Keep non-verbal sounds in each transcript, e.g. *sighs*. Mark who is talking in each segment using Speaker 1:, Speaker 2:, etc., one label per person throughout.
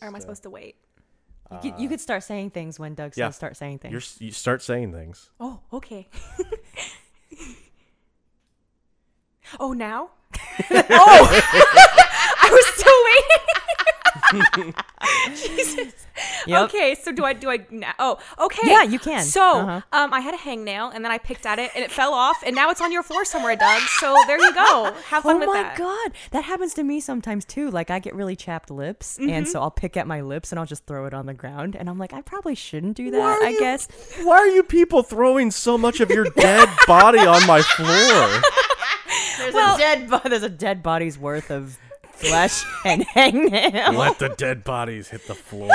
Speaker 1: Or am I supposed to wait?
Speaker 2: You, could, you could start saying things when Doug says
Speaker 3: yeah.
Speaker 2: start saying things.
Speaker 3: You're, s- you start saying things.
Speaker 1: Oh, okay. *laughs* oh, now? *laughs* oh, *laughs* I was still waiting. Jesus.
Speaker 2: Yep.
Speaker 1: Okay, so do I do I now? Oh, okay.
Speaker 2: Yeah, you can.
Speaker 1: So,
Speaker 2: Uh-huh.
Speaker 1: um, I had a hangnail and then I picked at it and it fell off and now it's on your floor somewhere, Doug. So there you
Speaker 2: *laughs*
Speaker 1: go. Have fun
Speaker 2: Oh
Speaker 1: with
Speaker 2: my
Speaker 1: that.
Speaker 2: god, that happens to me sometimes too. Like I get really chapped lips, and so I'll pick at my lips and I'll just throw it on the ground, and I'm like, I probably shouldn't do that. I guess
Speaker 3: Why are you people throwing so much
Speaker 2: *laughs*
Speaker 3: of your dead body on my floor?
Speaker 2: there's
Speaker 1: Well-
Speaker 2: a dead bo- there's a dead body's worth of *laughs* flesh and hangnail.
Speaker 3: *laughs* Let the dead bodies hit the floor.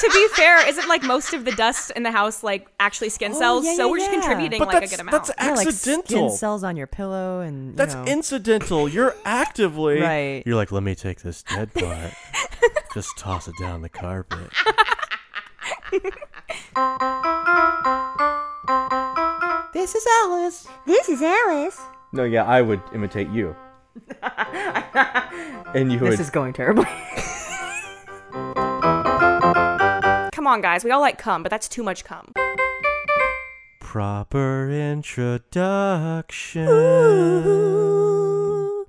Speaker 1: to be fair, isn't like most of the dust in the house like actually skin cells?
Speaker 2: Oh, yeah,
Speaker 1: so
Speaker 2: yeah,
Speaker 1: we're just
Speaker 2: yeah.
Speaker 1: contributing
Speaker 3: But
Speaker 1: like
Speaker 3: that's-
Speaker 1: a good amount.
Speaker 3: that's
Speaker 2: Yeah, like
Speaker 3: accidental.
Speaker 2: skin cells on your pillow, and you
Speaker 3: That's
Speaker 2: know.
Speaker 3: incidental. You're actively
Speaker 2: Right.
Speaker 3: You're like, let me take this
Speaker 2: *laughs*
Speaker 3: dead part, just toss it down the carpet.
Speaker 2: This is Alice.
Speaker 4: This is Alice.
Speaker 5: No, yeah, I would imitate
Speaker 2: *laughs*
Speaker 5: you. and you would.
Speaker 2: This is going terribly.
Speaker 1: Come on, guys. We all like cum, but that's too much cum.
Speaker 3: Proper introduction.
Speaker 2: *laughs*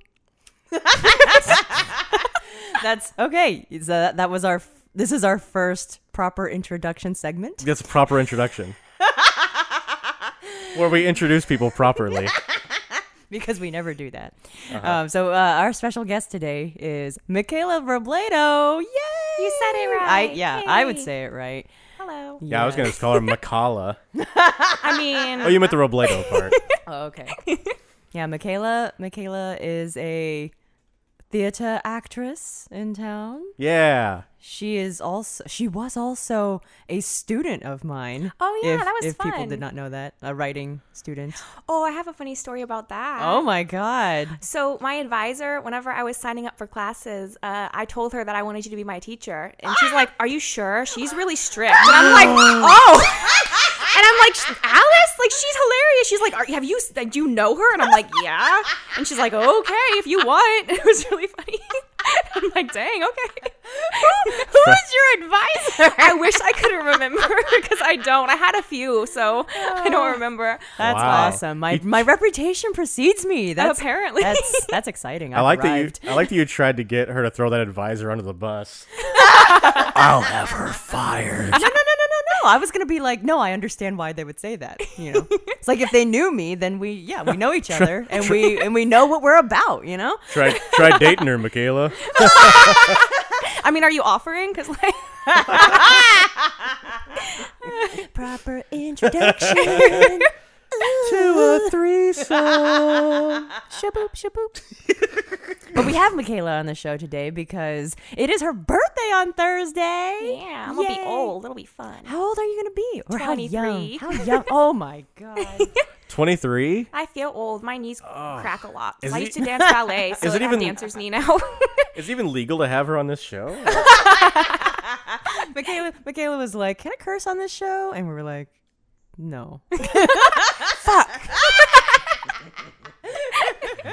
Speaker 2: That's okay. So that, that was our. f- This is our first proper introduction segment.
Speaker 3: That's a
Speaker 2: *laughs*
Speaker 3: proper introduction. Where we introduce people properly.
Speaker 2: *laughs* because we never do that.
Speaker 3: Uh-huh.
Speaker 2: Um, so uh, our special guest today is Michaela Robledo. Yay!
Speaker 1: You said it
Speaker 2: I
Speaker 1: right.
Speaker 2: yeah, I would
Speaker 1: Yay.
Speaker 2: say it right.
Speaker 1: Hello.
Speaker 3: Yeah, I was gonna just call her Makala.
Speaker 1: I mean,
Speaker 3: Oh, you meant the Robledo part.
Speaker 2: Oh, okay. *laughs* yeah, Michaela. Michaela is a theater actress in town.
Speaker 3: Yeah.
Speaker 2: She is also she was also a student of mine.
Speaker 1: Oh, yeah,
Speaker 2: if-
Speaker 1: that was
Speaker 2: If people
Speaker 1: fun.
Speaker 2: did not know that, a writing
Speaker 1: *gasps*
Speaker 2: student.
Speaker 1: oh, I have a funny story about that.
Speaker 2: Oh my god.
Speaker 1: So my advisor, whenever I was signing up for classes, uh, I told her that I wanted you to be my teacher, and she's like, "Are you sure?" She's really strict, and I'm like, "Oh." And I'm like, "Sh- Alice, like she's hilarious. She's like, Are, have you, like, do you know her? And I'm like, yeah. And she's like, okay, if you want. *laughs* It was really funny. I'm like, dang, okay. *laughs* Who is your advisor? I wish I could remember *laughs* because I don't. I had a few, so I don't remember.
Speaker 2: That's
Speaker 3: Wow.
Speaker 2: awesome. My
Speaker 3: You-
Speaker 2: my reputation precedes me. That's
Speaker 1: Apparently.
Speaker 2: that's that's exciting. I've
Speaker 3: I like
Speaker 2: arrived.
Speaker 3: that you. I like that you tried to get her to throw that advisor under
Speaker 2: *laughs*
Speaker 3: the bus. I'll have her fired.
Speaker 2: no, no, no, no, no, no. I was gonna be like, no, I understand why they would say that. You know, it's like if they knew me, then we, yeah, we know each other and we and we know what we're about. You know,
Speaker 3: try try dating her, Michaela.
Speaker 1: I mean, are you offering? Because, like,
Speaker 2: proper introduction. to a threesome. *laughs* Shaboop, shaboop. but we have Michaela on the show today because it is her birthday on Thursday.
Speaker 1: yeah, I'm going to be
Speaker 2: Yay.
Speaker 1: old. It'll be fun.
Speaker 2: How old are you gonna be? Or how
Speaker 1: 23.
Speaker 2: young? How young? Oh *laughs* my god!
Speaker 3: Twenty three.
Speaker 1: I feel old. My knees crack a lot. 'cause
Speaker 3: Oh. Is
Speaker 1: I
Speaker 3: it-
Speaker 1: used to dance ballet,
Speaker 3: *laughs*
Speaker 1: so
Speaker 3: Is
Speaker 1: I
Speaker 3: it
Speaker 1: have
Speaker 3: even-
Speaker 1: dancer's knee now. *laughs*
Speaker 3: Is it even legal to have her on this show?
Speaker 2: Michaela, Michaela was like, "Can I curse on this show?" And we were like, "No."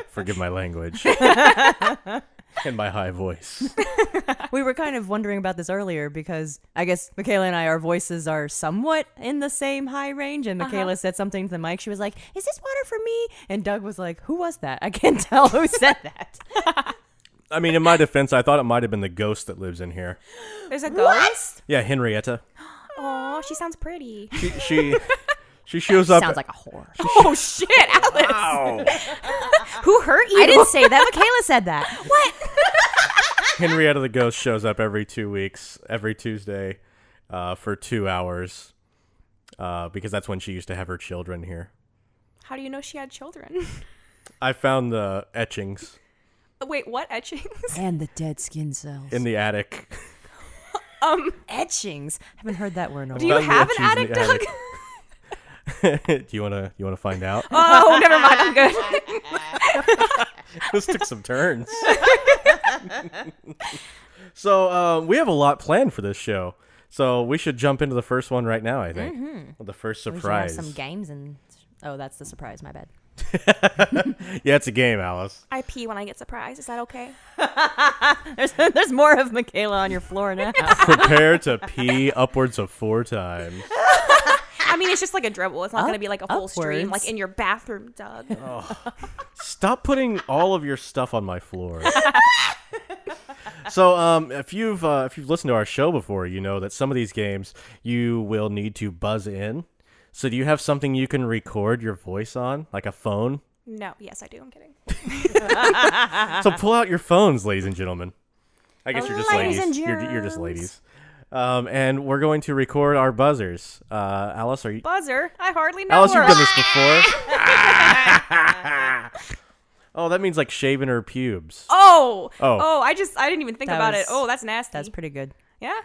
Speaker 3: Forgive
Speaker 2: *laughs*
Speaker 3: my language and my high voice.
Speaker 2: we were kind of wondering about this earlier because I guess Michaela and I, our voices are somewhat in the same high range. And Michaela said something to the mic. She was like, Is this water for me? And Doug was like, Who was that? I can't *laughs* tell who said *laughs* that.
Speaker 3: I mean, in my defense, I thought it might have been the ghost that lives in here.
Speaker 1: There's a ghost.
Speaker 3: Yeah, Henrietta.
Speaker 1: Oh, she sounds pretty.
Speaker 3: *laughs*
Speaker 1: *laughs*
Speaker 3: She she, she shows up.
Speaker 2: Sounds like a whore.
Speaker 1: oh, shit, Alice. Who hurt you?
Speaker 2: *laughs* I didn't say that. Michaela said *laughs* that.
Speaker 3: Henrietta the ghost shows up every two weeks, every Tuesday, uh, for two hours, uh, because that's when she used to have her children here.
Speaker 1: How do you know she had children? *laughs*
Speaker 3: I found the etchings
Speaker 1: Wait, what etchings?
Speaker 2: And the dead skin cells.
Speaker 3: in the attic. *laughs*
Speaker 1: Um,
Speaker 2: Etchings. I haven't heard that word in a
Speaker 1: do
Speaker 2: while.
Speaker 1: you
Speaker 3: Found the
Speaker 1: have an
Speaker 3: etchings
Speaker 1: attic,
Speaker 3: in the
Speaker 1: Doug?
Speaker 3: Do you wanna you wanna find out?
Speaker 1: *laughs* Oh, never mind. I'm
Speaker 2: *laughs*
Speaker 1: good.
Speaker 3: *laughs* this took some turns. *laughs* so uh, we have a lot planned for this show. So we should jump into the first one right now. I think the first
Speaker 2: Mm-hmm. We should have
Speaker 3: surprise.
Speaker 2: some games and. Oh, that's the surprise. My bad.
Speaker 3: Yeah, it's a game, Alice.
Speaker 1: I pee when I get surprised. Is that okay?
Speaker 2: *laughs* There's, there's more of Michaela on your floor *laughs* now.
Speaker 3: Prepare to pee upwards of four times.
Speaker 1: I mean, it's just like a dribble. It's not going to be like a full stream,
Speaker 2: upwards.
Speaker 1: like in your bathroom, Doug.
Speaker 3: Oh. Stop putting all of your stuff on my floor. so, um, if you've uh, if you've listened to our show before, you know that some of these games you will need to buzz in. So, do you have something you can record your voice on, like a phone?
Speaker 1: No, yes, I do. I'm kidding.
Speaker 3: So, pull out your phones, ladies and gentlemen. I guess you're just
Speaker 2: Ladies and
Speaker 3: ladies. You're, you're
Speaker 2: germs.
Speaker 3: just ladies. Um, and we're going to record our buzzers. Uh, Alice, are you?
Speaker 1: Buzzer. I hardly know
Speaker 3: Alice,
Speaker 1: her.
Speaker 3: you've done this before. *laughs* oh, that means like shaving her pubes.
Speaker 1: Oh,
Speaker 3: Oh.
Speaker 1: oh, I just I didn't even think
Speaker 2: That
Speaker 1: about
Speaker 2: was-
Speaker 1: it. Oh, that's nasty.
Speaker 2: That's pretty good.
Speaker 1: yeah.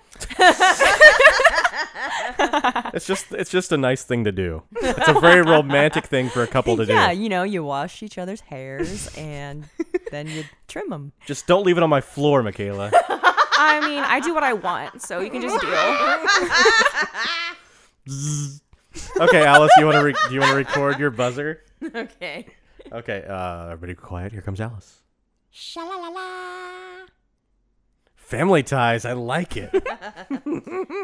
Speaker 3: It's just it's just a nice thing to do. It's a very romantic thing for a couple to
Speaker 2: yeah,
Speaker 3: do.
Speaker 2: you know, you wash each other's hairs *laughs* and then you trim them.
Speaker 3: Just don't leave it on my floor, Michaela.
Speaker 1: I mean, I do what I want, so you can just do.
Speaker 3: Okay, Alice, you want to re- do you want to record your buzzer?
Speaker 2: Okay.
Speaker 3: Okay, uh, everybody quiet. Here comes Alice.
Speaker 4: Sha-la-la-la.
Speaker 3: Family ties. I like it.
Speaker 4: I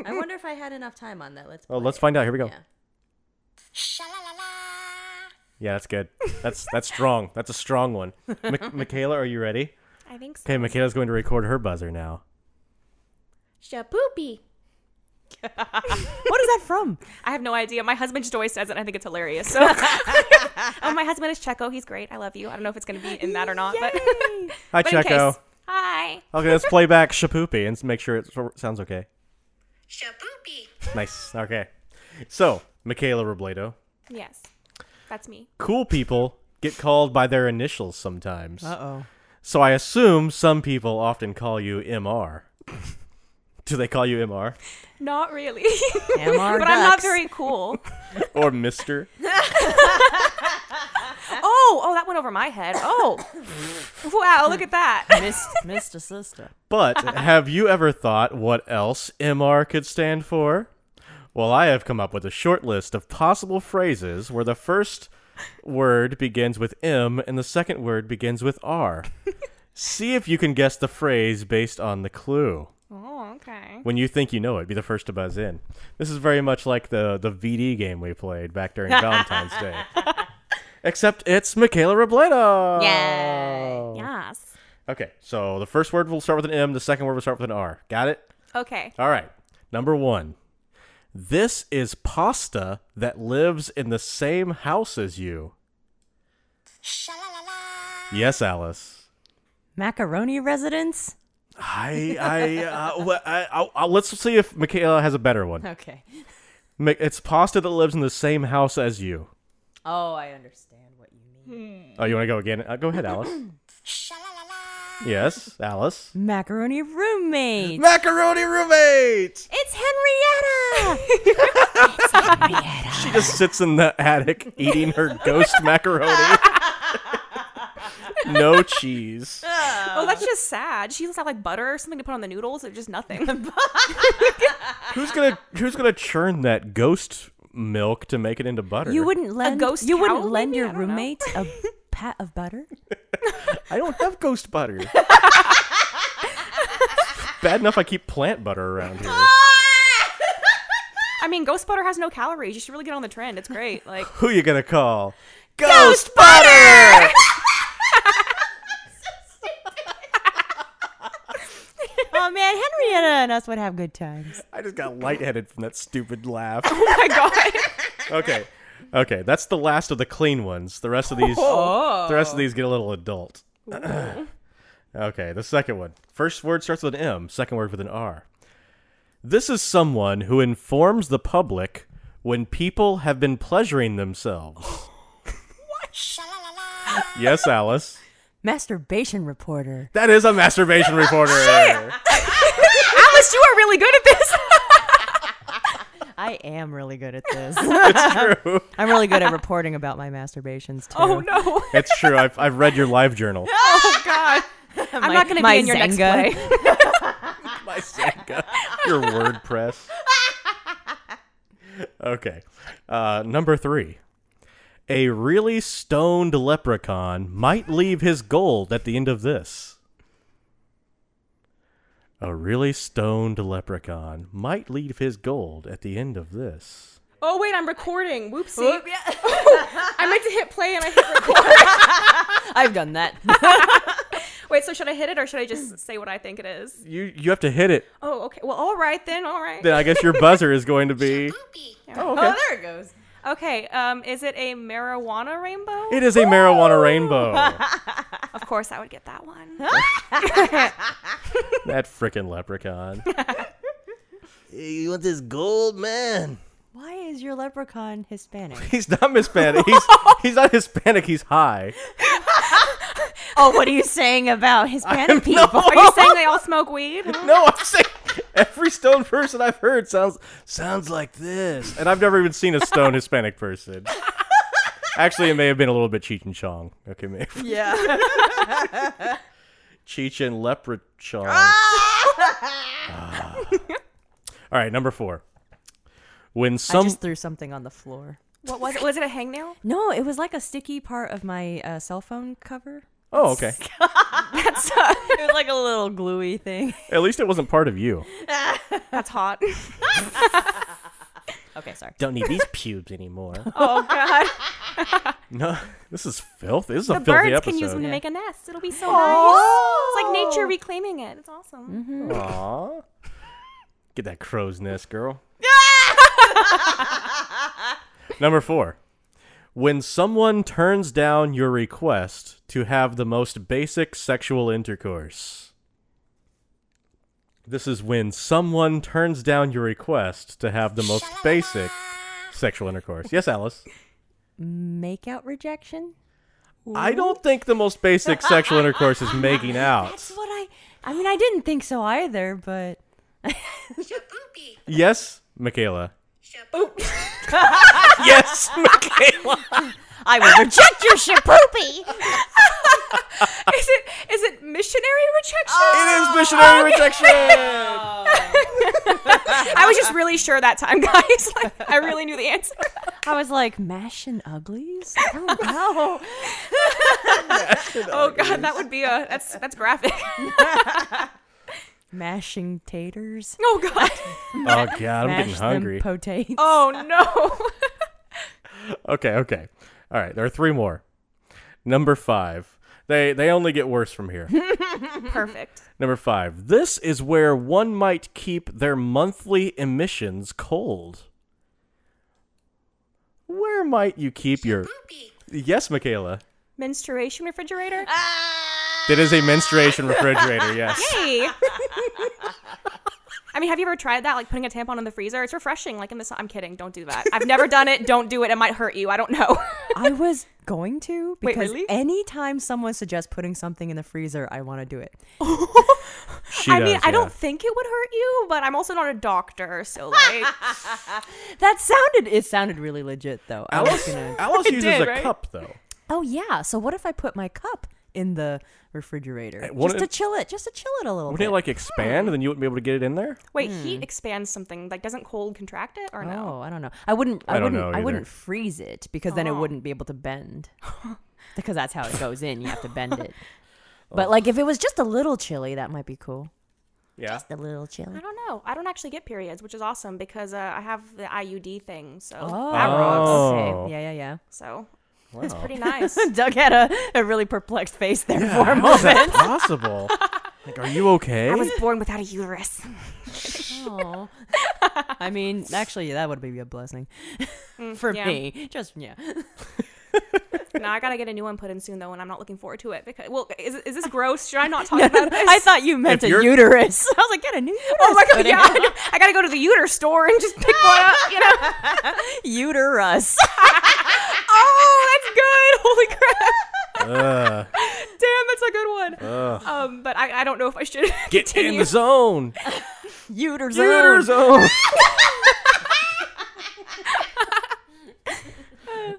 Speaker 4: wonder if I had enough time on that. Let's.
Speaker 3: Oh, let's find out. Here we go. Yeah,
Speaker 4: Yeah. Sha-la-la-la.
Speaker 3: that's good. That's that's strong. That's a strong one. Mi- Michaela, are you ready?
Speaker 1: I think so.
Speaker 3: Okay, Michaela's going to record her buzzer now.
Speaker 4: Shapoopy.
Speaker 2: *laughs* What is that from?
Speaker 1: I have no idea. My husband just always says it. and I think it's hilarious. *laughs* So, oh, my husband is Checo. He's great. I love you. I don't know if it's going to be in that or not, but,
Speaker 3: Hi,
Speaker 1: but in
Speaker 3: Checo.
Speaker 1: case. Hi.
Speaker 3: Okay, let's play back Shapoopy and s- make sure it s- sounds okay.
Speaker 4: Shapoopy.
Speaker 3: Nice. Okay. So, Michaela Robledo,
Speaker 1: Yes, that's me.
Speaker 3: cool people get called by their initials sometimes.
Speaker 2: Uh oh.
Speaker 3: So I assume some people often call you MR. Do they call you MR
Speaker 1: Not really, *laughs*
Speaker 2: MR
Speaker 1: but I'm not
Speaker 2: ducks.
Speaker 1: very cool.
Speaker 3: or Mister?
Speaker 1: Oh, oh, that went over my head.
Speaker 2: *laughs*
Speaker 1: Oh, wow, look at that.
Speaker 2: Miss, Mr. Sister.
Speaker 3: But have you ever thought what else MR could stand for? Well, I have come up with a short list of possible phrases where the first word begins with M and the second word begins with R. See if you can guess the phrase based on the clue.
Speaker 1: Oh, okay.
Speaker 3: when you think you know it, be the first to buzz in. This is very much like the the VD game we played back during Valentine's Day. Except it's Michaela Robledo. Yeah.
Speaker 1: Yes.
Speaker 3: Okay, so the first word will start with an M, the second word will start with an R. Got it?
Speaker 1: Okay.
Speaker 3: All right. Number one. This is pasta that lives in the same house as you.
Speaker 4: Sha-la-la-la.
Speaker 3: Yes, Alice.
Speaker 2: Macaroni residence?
Speaker 3: I, I, uh, *laughs* w- I, I, I- let's see if Michaela has a better one.
Speaker 2: Okay.
Speaker 3: Mi- It's pasta that lives in the same house as you.
Speaker 2: Oh, I understand what you mean.
Speaker 3: Oh, you want to go again? Uh, go ahead, Alice.
Speaker 4: Sha-la-la-la.
Speaker 3: yes, Alice.
Speaker 2: Macaroni roommate.
Speaker 3: Macaroni roommate.
Speaker 2: it's Henrietta.
Speaker 3: She just sits in the attic eating her *laughs* ghost macaroni. no cheese.
Speaker 1: Oh, that's just sad. She doesn't have like butter or something to put on the noodles. or just *laughs* nothing.
Speaker 3: Who's gonna Who's gonna churn that ghost milk to make it into butter?
Speaker 2: you wouldn't lend
Speaker 1: ghost
Speaker 2: you wouldn't
Speaker 1: cow,
Speaker 2: lend
Speaker 1: maybe? I
Speaker 2: your
Speaker 1: don't know.
Speaker 2: roommate *laughs* a pat of butter?
Speaker 3: I don't have ghost *laughs* butter. Bad enough I keep plant butter around here.
Speaker 1: I mean, ghost butter has no calories. You should really get on the trend. It's great. Like, *laughs*
Speaker 3: Who you gonna call? Ghost, butter.
Speaker 2: oh man, Henrietta and us would have good times.
Speaker 3: I just got lightheaded from that stupid laugh.
Speaker 1: oh my god.
Speaker 3: *laughs* okay. Okay, that's the last of the clean ones. The rest of these the rest of these get a little adult. *clears throat* okay, the second one. First word starts with an M, second word with an R. This is someone who informs the public when people have been pleasuring themselves.
Speaker 4: Sha-la-la-la.
Speaker 3: yes, Alice.
Speaker 2: Masturbation reporter.
Speaker 3: That is a masturbation
Speaker 1: *laughs*
Speaker 3: reporter.
Speaker 1: Alice, you are really good at this.
Speaker 2: I am really good at this. *laughs* I'm really good at reporting about my masturbations
Speaker 1: *laughs*
Speaker 2: too.
Speaker 1: oh *laughs* no.
Speaker 3: It's true. I've, I've read your live journal.
Speaker 1: Oh god. I'm not going to
Speaker 2: my
Speaker 1: be in your next
Speaker 2: Zynga.
Speaker 1: play. *laughs*
Speaker 3: My Sega. *laughs* Your WordPress. Okay. Uh, number three. A really stoned leprechaun might leave his gold at the end of this. A really stoned leprechaun might leave his gold at the end of this.
Speaker 1: Oh wait, I'm recording. Whoopsie. *laughs* Oh, I meant to hit play and I hit record.
Speaker 2: I've done *laughs* that.
Speaker 1: wait, so should I hit it or should I just say what I think it is?
Speaker 3: You you have to hit it.
Speaker 1: Oh, okay. Well, all right then. All right.
Speaker 3: Then I guess your buzzer is going to be.
Speaker 4: Boopy.
Speaker 3: Oh, okay.
Speaker 4: Oh, there it goes.
Speaker 1: Okay. Um, is it a marijuana rainbow?
Speaker 3: It is a marijuana rainbow.
Speaker 1: Of course, I would get that one.
Speaker 3: That frickin'
Speaker 6: *laughs*
Speaker 3: leprechaun.
Speaker 6: You want this gold, man?
Speaker 2: Why is your leprechaun Hispanic?
Speaker 3: He's not
Speaker 1: *laughs*
Speaker 3: Hispanic. He's he's not Hispanic. He's high.
Speaker 2: oh, what are you saying about *laughs* Hispanic people?
Speaker 1: Are *laughs* you saying they all smoke weed?
Speaker 3: No, I'm saying every stone person I've heard sounds sounds like this, and I've never even seen a stone Hispanic person. Actually, it may have been a little bit Cheech and Chong. Okay, maybe
Speaker 2: *laughs* Yeah.
Speaker 3: Cheech and Leprechaun. Ah! All right, number four. When
Speaker 2: I
Speaker 3: some
Speaker 2: just threw something on the floor.
Speaker 1: What was it? Was it a hangnail?
Speaker 2: No, it was like a sticky part of my uh, cell phone cover.
Speaker 3: oh
Speaker 1: *laughs*
Speaker 3: okay,
Speaker 2: *laughs* It was like a little gluey thing.
Speaker 3: at least it wasn't part of you.
Speaker 1: That's hot.
Speaker 2: *laughs* Okay, sorry.
Speaker 3: Don't need these pubes anymore.
Speaker 1: Oh god.
Speaker 3: *laughs* No, this is filth. This is a
Speaker 1: The
Speaker 3: filthy
Speaker 1: birds
Speaker 3: episode.
Speaker 1: can use them to make a nest. It'll be so nice. It's like nature reclaiming it. It's awesome.
Speaker 3: Aw. Get that crow's nest, girl. Number four. When someone turns down your request to have the most basic sexual intercourse. This is when someone turns down your request to have the most basic sexual intercourse. Yes, Alice.
Speaker 2: Make out rejection?
Speaker 3: I don't think the most basic sexual intercourse is making out.
Speaker 2: That's what I. I mean, I didn't think so either, but
Speaker 4: Shaboopy.
Speaker 3: Yes, Michaela.
Speaker 4: Shaboopy.
Speaker 3: Yes, Michaela.
Speaker 2: I will reject your ship *laughs* poopy.
Speaker 1: Is it is it missionary rejection?
Speaker 3: It is missionary rejection.
Speaker 1: I was just really sure that time, *laughs* guys. Like, I really knew the answer.
Speaker 2: I was like, mash and uglies? Oh, *laughs* wow.
Speaker 1: Oh god, *laughs* that would be a that's that's graphic. *laughs*
Speaker 2: Mashing taters.
Speaker 1: Oh god.
Speaker 3: Oh god, I'm getting
Speaker 2: Mash
Speaker 3: hungry.
Speaker 2: them potates.
Speaker 1: Oh no.
Speaker 3: okay, okay. All right, there are three more. Number 5. They they only get worse
Speaker 1: *laughs*
Speaker 3: from here.
Speaker 1: Perfect.
Speaker 3: Number 5. This is where one might keep their monthly emissions cold. Where might you keep your Yes, Michaela.
Speaker 1: Menstruation refrigerator.
Speaker 3: It is a menstruation refrigerator, yes.
Speaker 1: Hey. *laughs* I mean, have you ever tried that? Like putting a tampon in the freezer? It's refreshing. Like in the sun. I'm kidding. Don't do that. I've never done it. Don't do it. It might hurt you. I don't know.
Speaker 2: *laughs* I was going to
Speaker 1: Wait,
Speaker 2: because
Speaker 1: really?
Speaker 2: anytime someone suggests putting something in the freezer, I want to do it.
Speaker 3: She
Speaker 1: *laughs* I mean,
Speaker 3: does,
Speaker 1: I don't
Speaker 3: yeah.
Speaker 1: think it would hurt you, but I'm also not a doctor, so like,
Speaker 2: That sounded it sounded really legit though. I was
Speaker 3: Alice,
Speaker 2: gonna
Speaker 3: Alice uses
Speaker 1: did,
Speaker 3: a
Speaker 1: right?
Speaker 3: cup though.
Speaker 2: Oh yeah. So what if I put my cup in the refrigerator just
Speaker 3: Eh, wouldn't
Speaker 2: to
Speaker 3: it-
Speaker 2: chill it, just to chill it a little
Speaker 3: Wouldn't
Speaker 2: bit?
Speaker 3: it like expand and then you wouldn't be able to get it in there?
Speaker 1: wait, heat expands something. Like, doesn't cold contract it or no?
Speaker 2: oh, I don't know. I wouldn't. I,
Speaker 3: I don't
Speaker 2: wouldn't.
Speaker 3: know
Speaker 2: I
Speaker 3: either.
Speaker 2: wouldn't freeze it because then it wouldn't be able to *laughs* bend. because that's how it goes in. You have to bend
Speaker 3: *laughs*
Speaker 2: it. But
Speaker 3: Oh.
Speaker 2: like if it was just a little chilly, that might be cool.
Speaker 1: *laughs*
Speaker 3: Yeah.
Speaker 2: Just a little chilly.
Speaker 1: I don't know. I don't actually get periods, which is awesome because uh, I have the IUD thing, so that rocks.
Speaker 2: Oh,
Speaker 3: Oh.
Speaker 2: okay. Yeah, yeah, *laughs*
Speaker 1: So it's pretty nice.
Speaker 2: yeah. Doug had a, a really perplexed face there for a
Speaker 3: How is
Speaker 2: moment.
Speaker 3: that
Speaker 1: *laughs*
Speaker 3: possible? Like, are you okay?
Speaker 1: I was born without a uterus. *laughs*
Speaker 2: Aw. *laughs* I mean, actually, that would be a blessing *laughs* for
Speaker 1: Mm, yeah.
Speaker 2: me. Just
Speaker 1: *laughs*
Speaker 2: yeah. *laughs*
Speaker 1: now I gotta get a new one put in soon though, and I'm not looking forward to it because well, is, is this gross? Should I not
Speaker 2: *laughs*
Speaker 1: talk about this?
Speaker 2: I thought you meant
Speaker 3: If
Speaker 2: a
Speaker 3: you're-
Speaker 2: uterus. *laughs* I was like, get a new uterus.
Speaker 1: Oh my god!
Speaker 2: buddy.
Speaker 1: Yeah, I, know. I gotta go to the uter store and just pick one up. You know?
Speaker 2: *laughs*
Speaker 1: *laughs*
Speaker 2: uterus.
Speaker 1: Oh, that's good! Holy crap!
Speaker 3: Ugh.
Speaker 1: Damn, that's a good one. Um, but I, I don't know if I should *laughs*
Speaker 3: Get in
Speaker 1: continue.
Speaker 3: the zone.
Speaker 2: uterus.
Speaker 1: *laughs*
Speaker 3: Uter zone.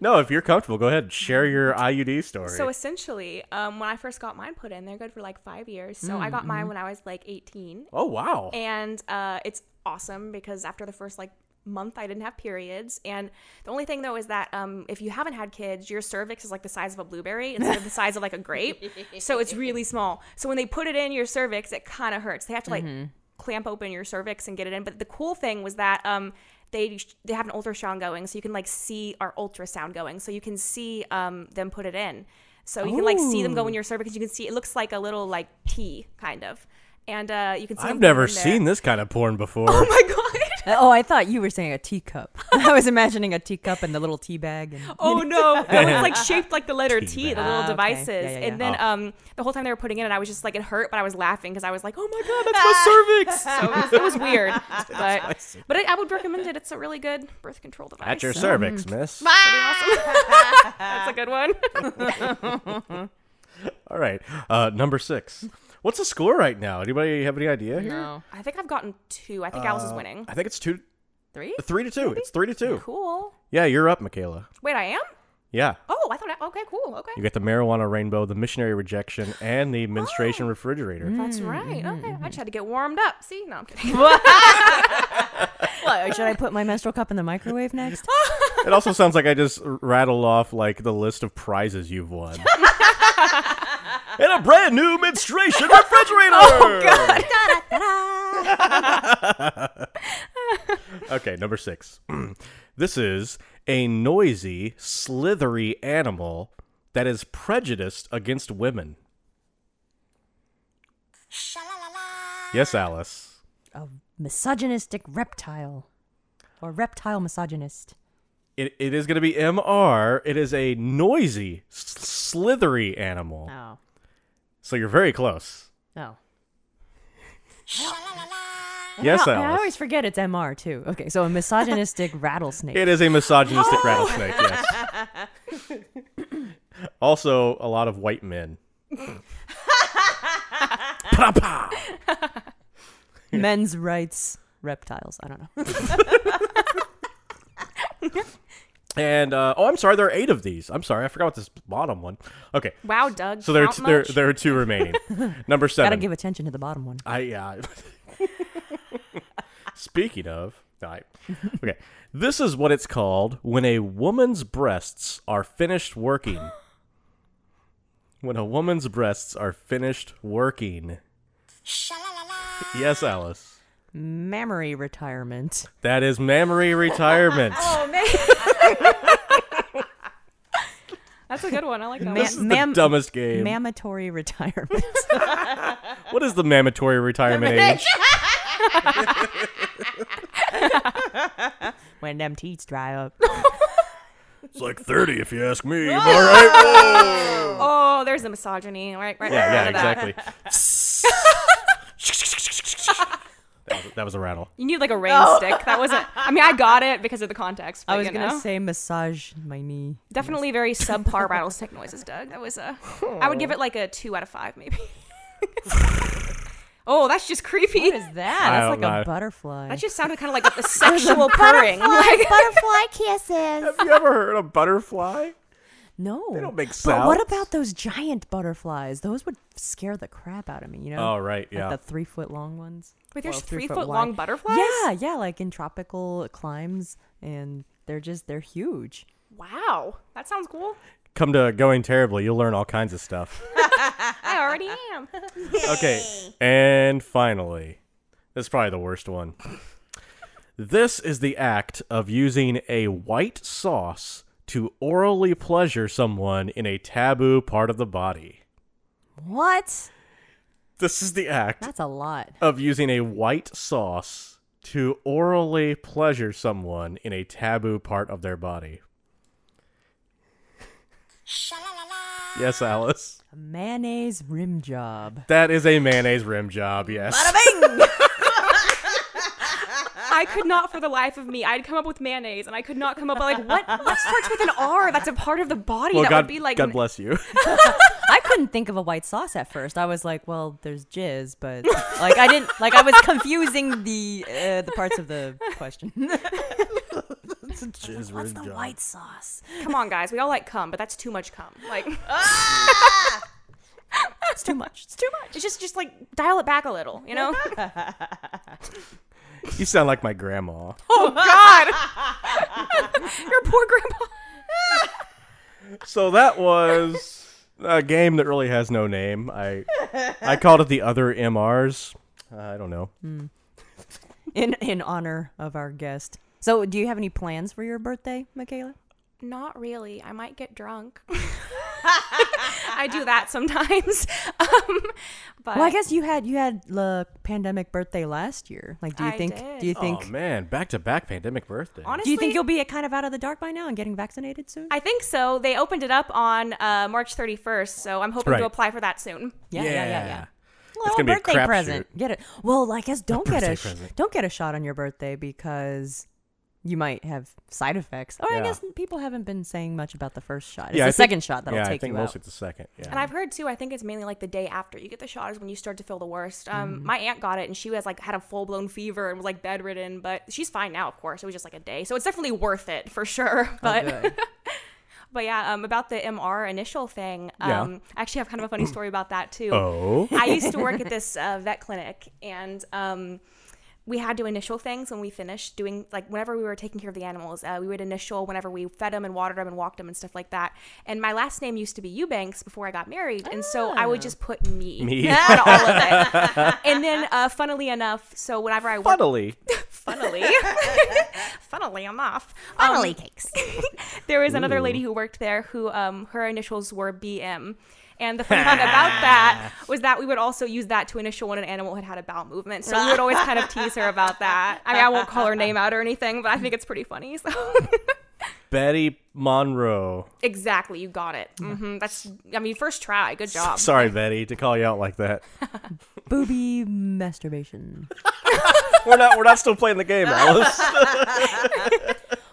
Speaker 3: no, if you're comfortable, go ahead and share your IUD story.
Speaker 1: So essentially, um, when I first got mine put in, they're good for like five years. So I got mine when I was like 18,
Speaker 3: oh wow.
Speaker 1: and uh, it's awesome because after the first like month I didn't have periods. And the only thing though is that um, if you haven't had kids, your cervix is like the size of a blueberry instead of the size of like a grape. So it's really small. So when they put it in your cervix, it kind of hurts. They have to like clamp open your cervix and get it in. But the cool thing was that um, they they have an ultrasound going, so you can like see our ultrasound going, so you can see um, them put it in. So you can like see them go in your cervix. You can see it looks like a little like T kind of, and uh, you can. see
Speaker 3: I've
Speaker 1: them
Speaker 3: never
Speaker 1: put it in
Speaker 3: seen
Speaker 1: there.
Speaker 3: this kind of porn before.
Speaker 1: Oh my god. *laughs*
Speaker 2: Oh, I thought you were saying a teacup. *laughs* I was imagining a teacup and the little tea bag. And,
Speaker 1: Oh *laughs* no! no it's
Speaker 3: *laughs*
Speaker 1: like shaped like the letter T, the
Speaker 2: Ah,
Speaker 1: little
Speaker 2: okay.
Speaker 1: devices.
Speaker 2: Yeah, yeah, yeah.
Speaker 1: And then um, the whole time they were putting it in, I was just like, it hurt, but I was laughing because I was like, oh my god, that's *laughs*
Speaker 3: my cervix.
Speaker 1: so it was, it was *laughs* weird. But but I, I would recommend it. It's a really good birth control device.
Speaker 3: At your cervix, miss. *laughs*
Speaker 1: *laughs* That's a good one.
Speaker 3: All right. Uh, number six. What's the score right now? Anybody have any idea here?
Speaker 2: no.
Speaker 1: I think I've gotten two. I think Alice is winning.
Speaker 3: Uh, I think it's two,
Speaker 2: Three?
Speaker 3: three to two. It's three to two.
Speaker 1: Cool.
Speaker 3: Yeah, you're up, Michaela.
Speaker 1: Wait, I am.
Speaker 3: Yeah.
Speaker 1: Oh, I thought. I, okay, cool. Okay.
Speaker 3: You get the marijuana rainbow, the missionary rejection, and the
Speaker 1: Oh.
Speaker 3: menstruation refrigerator.
Speaker 1: That's right. Okay, I just had to get warmed up. See, no, I'm kidding.
Speaker 2: What, should I put my menstrual cup in the
Speaker 1: *laughs*
Speaker 2: microwave next?
Speaker 1: Ah.
Speaker 3: It also sounds like I just r- rattle off like the list of prizes you've won. and a brand new menstruation refrigerator. Oh god. *laughs* okay, number 6. *clears throat* this is a noisy, slithery animal that is prejudiced against women. Yes, Alice.
Speaker 2: a misogynistic reptile. Or reptile misogynist.
Speaker 3: It, it is going to be MR. It is a noisy, s- slithery animal.
Speaker 2: Oh.
Speaker 3: So you're very close.
Speaker 2: Oh.
Speaker 3: Yes,
Speaker 2: I
Speaker 3: Alice.
Speaker 2: always forget it's MR too. Okay, so a
Speaker 3: *laughs*
Speaker 2: misogynistic rattlesnake.
Speaker 3: It is a
Speaker 2: Oh.
Speaker 3: misogynistic rattlesnake,
Speaker 2: *laughs*
Speaker 3: yes. also, a lot of white
Speaker 2: *laughs*
Speaker 3: men. Pa-pa!
Speaker 2: Men's rights reptiles. I don't know.
Speaker 3: And uh, oh, I'm sorry, there are eight of these. I'm sorry, I forgot what this bottom one. Okay,
Speaker 1: Wow, Doug.
Speaker 3: so there are
Speaker 1: count
Speaker 3: t- there,
Speaker 1: much?
Speaker 3: there are
Speaker 2: *laughs*
Speaker 3: two remaining. Number
Speaker 2: Gotta
Speaker 3: seven.
Speaker 2: give attention to the bottom one.
Speaker 3: I yeah. *laughs* Speaking of, no, I, okay, this is what it's called when a woman's breasts are finished working. When a woman's breasts are finished working. Yes, Alice.
Speaker 2: Mammary retirement.
Speaker 3: That is mammary retirement.
Speaker 2: Oh,
Speaker 1: That's a good one. I *laughs* like that.
Speaker 2: Ma-
Speaker 1: one.
Speaker 3: this is
Speaker 2: mam-
Speaker 3: the dumbest game.
Speaker 2: Mammatory retirement.
Speaker 3: *laughs* what is the mammatory retirement
Speaker 2: *laughs*
Speaker 3: age?
Speaker 2: when them teats
Speaker 1: *laughs*
Speaker 2: dry up.
Speaker 3: It's like 30 if you ask me. Am I right? Whoa.
Speaker 1: Oh, there's the misogyny. Right, right.
Speaker 3: Yeah, yeah,
Speaker 1: right, right.
Speaker 3: exactly. that, was, that was a rattle.
Speaker 1: You need like a rain stick. That wasn't. I mean, I got it because of the context. But,
Speaker 2: Oh. I was
Speaker 1: you
Speaker 2: gonna
Speaker 1: know.
Speaker 2: say massage my knee.
Speaker 1: Definitely very subpar rattlesnake noises, Doug. That was a. I would give it like a two out of five,
Speaker 2: *laughs*
Speaker 1: maybe. oh, that's just creepy.
Speaker 2: What is that?
Speaker 3: I
Speaker 2: That's
Speaker 3: don't
Speaker 2: like
Speaker 3: know.
Speaker 2: a butterfly. *laughs*
Speaker 1: That just sounded kind of like a sexual purring. Like,
Speaker 7: butterfly kisses.
Speaker 3: Have you ever heard of butterfly?
Speaker 2: no. They
Speaker 3: don't make
Speaker 2: But what
Speaker 3: sounds.
Speaker 2: about those giant butterflies? Those would scare the crap out of me, you know?
Speaker 3: Oh, right,
Speaker 2: Like
Speaker 3: yeah.
Speaker 2: the three foot long ones.
Speaker 1: Wait, there's
Speaker 2: Well, three
Speaker 1: three
Speaker 2: foot
Speaker 1: foot
Speaker 2: wide.
Speaker 1: long butterflies.
Speaker 2: Yeah, yeah, like in tropical climes and they're just they're huge.
Speaker 1: Wow, that sounds cool.
Speaker 3: Come to going terribly, you'll learn all kinds of stuff.
Speaker 1: I
Speaker 2: *laughs*
Speaker 1: already am.
Speaker 3: okay, and finally, this is probably the worst one. This is the act of using a white sauce to orally pleasure someone in a taboo part of the body.
Speaker 2: What?
Speaker 3: This is the act
Speaker 2: That's a lot.
Speaker 3: of using a white sauce to orally pleasure someone in a taboo part of their body. Yes, Alice.
Speaker 2: A mayonnaise rim job. *laughs*
Speaker 3: That is a mayonnaise rim job, yes.
Speaker 1: I could not, for the life of me, I'd come up with mayonnaise, and I could not come up with like what what starts with an R. That's a part of the body.
Speaker 3: Well,
Speaker 1: that
Speaker 3: God,
Speaker 1: would be like
Speaker 3: God
Speaker 2: *laughs*
Speaker 3: bless you.
Speaker 2: I couldn't think of a white sauce at first. I was like, well, there's jizz, but like I didn't like I was confusing the uh, the parts of the question. *laughs* What's the white sauce?
Speaker 1: Come on, guys, we all like cum, but that's too much cum.
Speaker 2: *laughs*
Speaker 1: Like.
Speaker 2: It's too much. It's too much. *laughs*
Speaker 1: *laughs* It's just just like dial it back a little, you know?
Speaker 3: You sound like my grandma.
Speaker 1: *laughs* Your poor grandpa.
Speaker 3: So that was a game that really has no name. I I called it the other MRs. I don't know.
Speaker 2: in in honor of our guest. So, do you have any plans for your birthday, Michaela?
Speaker 1: Not really. I might get drunk. *laughs* I do that sometimes. *laughs* Um, but
Speaker 2: Well, I guess you had you had the pandemic birthday last year. Like, do you
Speaker 1: I
Speaker 2: think
Speaker 1: did.
Speaker 2: do you think
Speaker 3: Oh man, back to back pandemic birthday.
Speaker 1: honestly,
Speaker 2: do you think you'll be kind of out of the dark by now and getting vaccinated soon?
Speaker 1: I think so. They opened it up on uh, March 31st, so I'm hoping
Speaker 3: Right.
Speaker 1: to apply for that soon.
Speaker 2: yeah, yeah, yeah, yeah.
Speaker 3: It's
Speaker 2: Little
Speaker 3: gonna be a
Speaker 2: birthday
Speaker 3: crapshoot.
Speaker 2: present. Get it? Well, I guess don't get
Speaker 3: birthday
Speaker 2: a sh-
Speaker 3: present.
Speaker 2: don't get a shot on your birthday because you might have side effects. Or I
Speaker 3: Yeah.
Speaker 2: guess people haven't been saying much about the first shot. It's
Speaker 3: Yeah,
Speaker 2: the
Speaker 3: I think-
Speaker 2: second shot that'll
Speaker 3: yeah, I
Speaker 2: take
Speaker 3: think
Speaker 2: you out.
Speaker 3: mostly it's the second. Yeah.
Speaker 1: And I've heard too. I think it's mainly like the day after you get the shot is when you start to feel the worst. Um,
Speaker 3: Mm-hmm.
Speaker 1: My aunt got it and she was like had a full blown fever and was like bedridden, but she's fine now. Of course, it was just like a day, so it's definitely worth it for sure. *laughs*
Speaker 3: Oh,
Speaker 1: But but yeah, um, about the MR initial thing,
Speaker 3: Yeah.
Speaker 1: um, I actually have kind of a funny story about that too.
Speaker 3: oh.
Speaker 1: I used to work at this uh, vet clinic, and um, we had to initial things when we finished doing like whenever we were taking care of the animals. Uh, we would initial whenever we fed them and watered them and walked them and stuff like that. And my last name used to be Eubanks before I got married, and so I would just put me, *laughs*
Speaker 3: Me.
Speaker 1: on all of it. and then, uh, funnily enough, so whenever I worked, *laughs*
Speaker 3: Funnily.
Speaker 1: funnily, funnily enough, funnily
Speaker 7: cakes.
Speaker 1: *laughs* there was another lady who worked there who um, her initials were BM. And the funny part about that was that we would also use that to initial when an animal had had a bowel movement. So we would always kind of tease her about that. I mean, I won't call her name out or anything, but I think it's pretty funny. So *laughs*
Speaker 3: Betty Monroe.
Speaker 1: exactly, you got it. hmm That's, I mean, first try, good job.
Speaker 3: Sorry, Betty, to call you out like that.
Speaker 2: Booby masturbation.
Speaker 3: We're not we're not still playing the game,
Speaker 1: *laughs*
Speaker 3: Alice.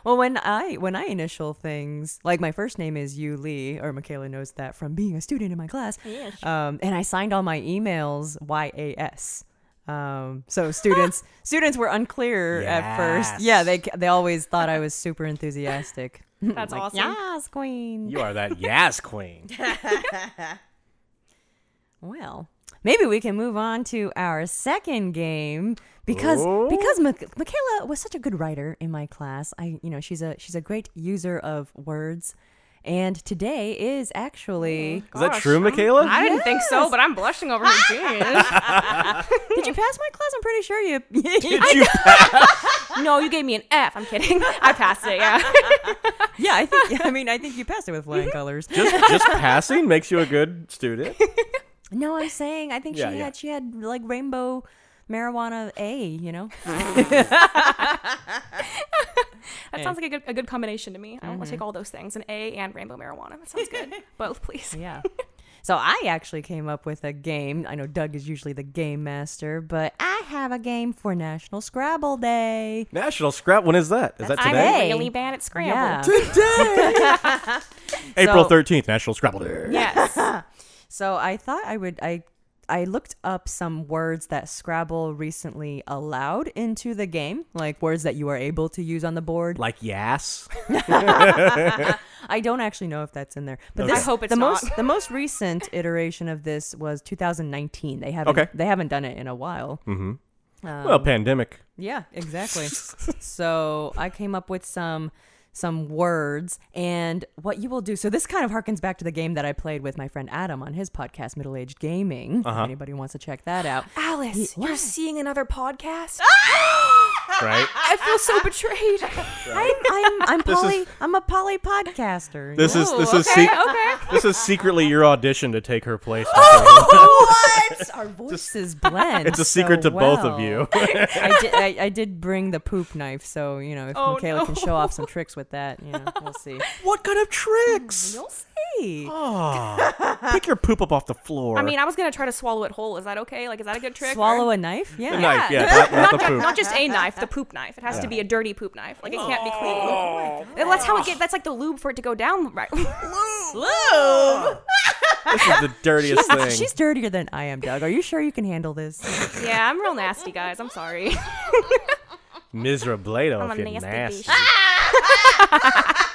Speaker 2: Well, when I when I initial things, like my first name is Yu Lee, or Michaela knows that from being a student in my class. Um, and I signed all my emails Y A S. Um,
Speaker 1: *laughs*
Speaker 2: so students students were unclear at first. Yeah, they they always thought I was super enthusiastic. *laughs*
Speaker 1: That's awesome.
Speaker 2: Yes, queen.
Speaker 3: you are that
Speaker 1: *laughs*
Speaker 3: Yas queen.
Speaker 2: Well, maybe we can move on to our second game because
Speaker 3: Oh.
Speaker 2: because Mik- Michaela was such a good writer in my class. I you know she's a she's a great user of words, and today is actually
Speaker 3: Is that true, Michaela?
Speaker 1: Oh, I didn't think so, but I'm blushing over her jeans.
Speaker 2: did you pass my class? I'm pretty sure you. *laughs* yeah,
Speaker 3: Oh, Did you
Speaker 1: no, you gave me an F. I'm kidding. *laughs* I passed it. Yeah.
Speaker 2: I think I mean I think you passed it with flying colors.
Speaker 3: Mm-hmm. just *laughs* just passing makes you a
Speaker 1: *laughs*
Speaker 3: good student.
Speaker 2: No, I'm saying I think
Speaker 3: Yeah,
Speaker 2: she
Speaker 3: yeah.
Speaker 2: had she had like rainbow marijuana A. You know. Eh.
Speaker 1: That sounds like a good, a good combination to me. I
Speaker 2: Mm-hmm.
Speaker 1: want to take all those things an A and rainbow marijuana. That sounds
Speaker 2: *laughs*
Speaker 1: good. Both, please.
Speaker 2: Yeah. So I actually came up with a game. I know Doug is usually the game master, but I have a game for National Scrabble Day.
Speaker 3: National Scrap. When is that? Is that
Speaker 1: I'm
Speaker 3: today?
Speaker 2: Hey.
Speaker 1: really bad at
Speaker 2: Yeah.
Speaker 1: scramble. *laughs*
Speaker 3: *laughs* April
Speaker 2: So-
Speaker 3: thirteenth, National Scrabble. Day.
Speaker 2: *laughs*
Speaker 1: Yes.
Speaker 2: So I thought I would I I looked up some words that Scrabble recently allowed into the game, like words that you are able to use on the board.
Speaker 3: Like Yas.
Speaker 2: I don't actually know if that's in there, but
Speaker 1: I
Speaker 2: this,
Speaker 1: hope it's
Speaker 2: the
Speaker 1: not.
Speaker 2: most the
Speaker 1: *laughs*
Speaker 2: most recent iteration of this was 2019. They haven't
Speaker 3: Okay.
Speaker 2: they haven't done it in a while.
Speaker 1: Um,
Speaker 3: well, pandemic.
Speaker 2: Yeah,
Speaker 3: *laughs*
Speaker 2: exactly. so I came up with some some words and what you will do. So this kind of harkens back to the game that I played with my friend Adam on his podcast, Middle Aged Gaming.
Speaker 3: Uh-huh.
Speaker 2: If anybody wants to check that
Speaker 3: *laughs*
Speaker 2: out.
Speaker 1: Alice, you're seeing another podcast?
Speaker 2: *laughs*
Speaker 3: Right.
Speaker 1: I feel so betrayed.
Speaker 2: I'm I'm
Speaker 3: *laughs*
Speaker 2: I'm
Speaker 3: is-
Speaker 2: poly I'm a poly podcaster.
Speaker 3: This
Speaker 2: *laughs*
Speaker 3: is this is
Speaker 1: Oh, okay,
Speaker 3: sec-
Speaker 1: okay.
Speaker 3: this is secretly your audition to take her
Speaker 1: *laughs*
Speaker 3: place.
Speaker 1: Oh!
Speaker 3: *laughs*
Speaker 2: what? Our voices blend.
Speaker 3: it's a secret
Speaker 2: so
Speaker 3: to both of
Speaker 2: well.
Speaker 3: you. *laughs*
Speaker 2: I did I, I did bring the poop knife, so you know if
Speaker 1: Oh,
Speaker 2: Michaela can show
Speaker 1: no.
Speaker 2: off some tricks with that, you know, we'll
Speaker 3: *laughs*
Speaker 2: see.
Speaker 3: what kind of tricks?
Speaker 2: You'll see.
Speaker 3: Pick your poop up off the floor.
Speaker 1: I mean, I was going to try to swallow it whole. Is that okay? Like, is that a good trick?
Speaker 2: Swallow a knife? Yeah.
Speaker 3: the knife, yeah, not, not the poop.
Speaker 1: Not just a knife,
Speaker 2: *laughs*
Speaker 1: the poop knife. It has to be a dirty poop knife. Like, it can't be clean.
Speaker 2: Oh
Speaker 1: And that's how it gets, that's like the lube for it to go down right. *laughs*
Speaker 3: This is the dirtiest thing.
Speaker 2: Ah, She's dirtier than I am, Doug. Are you sure you can handle this?
Speaker 1: yeah, I'm real nasty, guys. I'm sorry. *laughs*
Speaker 3: Miserablato,
Speaker 1: I'm
Speaker 3: if
Speaker 1: a
Speaker 3: you're
Speaker 1: nasty
Speaker 3: Ah! nasty.
Speaker 1: bitch.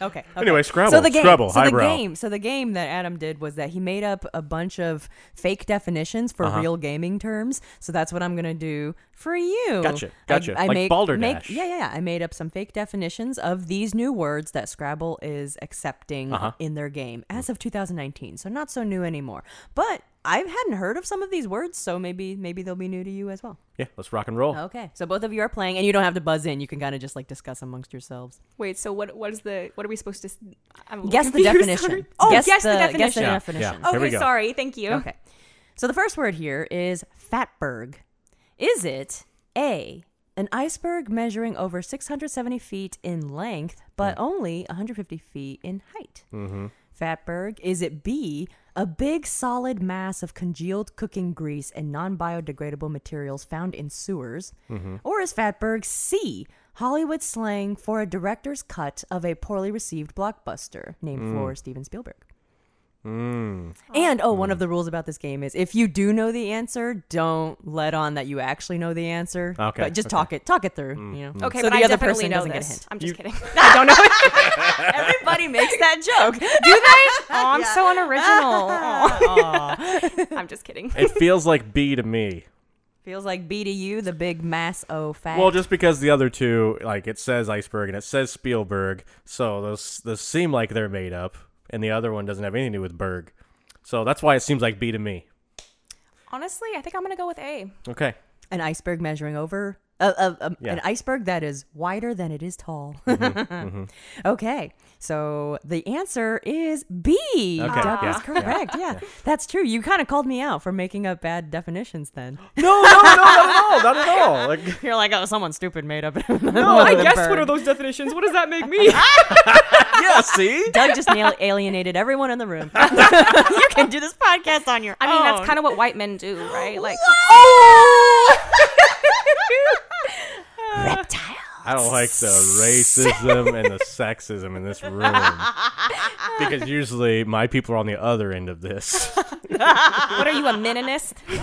Speaker 2: Okay. okay.
Speaker 3: Anyway, Scrabble,
Speaker 2: So the game.
Speaker 3: Scrabble,
Speaker 2: so the
Speaker 3: highbrow.
Speaker 2: game. So the game that Adam did was that he made up a bunch of fake definitions
Speaker 3: Uh-huh.
Speaker 2: for real gaming terms. So that's what I'm gonna do for you.
Speaker 3: Gotcha,
Speaker 2: I-
Speaker 3: gotcha.
Speaker 2: I,
Speaker 3: Like
Speaker 2: make,
Speaker 3: balderdash.
Speaker 2: Make, yeah, yeah, yeah. I made up some fake definitions of these new words that Scrabble is accepting
Speaker 3: Uh-huh.
Speaker 2: in their game
Speaker 3: Mm.
Speaker 2: as of 2019. So not so new anymore. But I hadn't heard of some of these words, so maybe maybe they'll be new to you as well.
Speaker 3: Yeah, let's rock and roll.
Speaker 2: Okay. So both of you are playing, and you don't have to buzz in. You can kind of just like discuss amongst yourselves.
Speaker 1: Wait, so what? What is the? What are we supposed to? s- I'm a little *laughs*
Speaker 2: Guess the
Speaker 1: confused.
Speaker 2: definition.
Speaker 1: Oh,
Speaker 2: guess
Speaker 1: guess, the, definition. Oh,
Speaker 2: Guess the
Speaker 3: Yeah,
Speaker 2: definition.
Speaker 3: yeah. Here we
Speaker 1: Okay,
Speaker 3: go.
Speaker 1: sorry. Thank you.
Speaker 2: Okay. So the first word here is fatberg. Is it A, an iceberg measuring over 670 feet in length, but only 150 feet in height? Mm-hmm. Fatberg. Is it B, a big solid mass of congealed cooking grease and non biodegradable materials found in sewers?
Speaker 3: Mm-hmm.
Speaker 2: Or is fatberg C, Hollywood slang for a director's cut of a poorly received blockbuster named
Speaker 3: Mm.
Speaker 2: for Steven Spielberg? And oh,
Speaker 3: Mm.
Speaker 2: one of the rules about this game is if you do know the answer, don't let on that you actually know the answer.
Speaker 3: Okay, Mm,
Speaker 2: But just talk it talk it through. You know.
Speaker 1: Okay,
Speaker 2: so
Speaker 1: but
Speaker 2: the
Speaker 1: I
Speaker 2: other
Speaker 1: definitely
Speaker 2: person
Speaker 1: know
Speaker 2: doesn't
Speaker 1: this.
Speaker 2: get a hint.
Speaker 1: I'm just kidding. *laughs* I don't know. *laughs* it.
Speaker 2: Everybody makes
Speaker 1: *laughs*
Speaker 2: that joke.
Speaker 1: Do they? Oh, I'm so *laughs* unoriginal. Aw. I'm just kidding.
Speaker 3: It feels like B
Speaker 2: *laughs*
Speaker 3: to me.
Speaker 2: Feels like B to you, the big mass oh, O fact.
Speaker 3: Well, just because the other two, like it says iceberg and it says Spielberg, so those those seem like they're made up, and the other one doesn't have anything to do with Berg, so that's why it seems like B to me.
Speaker 1: *laughs* Honestly, I think I'm gonna go with A.
Speaker 2: *laughs*
Speaker 3: Okay,
Speaker 2: an iceberg measuring over uh, uh, um,
Speaker 3: Yeah.
Speaker 2: an iceberg that is wider than it is tall. *laughs* Okay, so the answer is B.
Speaker 3: Okay,
Speaker 2: Doug
Speaker 3: yeah,
Speaker 2: was correct. Yeah. that's true. You kind of called me out for making up bad definitions. Then
Speaker 3: no, no, no, not at all, not at all. Like, *laughs*
Speaker 2: you're like, oh, someone stupid made up.
Speaker 1: Oh, I guess what are those definitions? What does that make me?
Speaker 3: yeah, see,
Speaker 2: Doug just nail- alienated everyone in the room. you can do this podcast on your.
Speaker 1: I mean, that's kind of what white men do, *laughs* right? Like,
Speaker 3: I don't like the racism and the sexism in this room because usually my people are on the other end of this. *laughs*
Speaker 1: what are you, a meninist?
Speaker 3: Am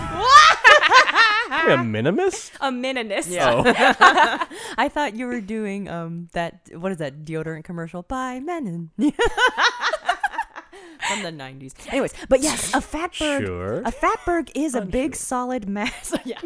Speaker 3: I a minimist?
Speaker 1: A meninist.
Speaker 2: *laughs*
Speaker 3: Oh,
Speaker 2: *laughs* I thought you were doing um that. What is that deodorant commercial by Menon? *laughs* From the nineties. Anyways, but yes, a fatberg.
Speaker 3: Sure.
Speaker 2: A fatberg is
Speaker 3: Oh,
Speaker 2: a big solid
Speaker 3: *laughs*
Speaker 2: mass. yeah. *laughs*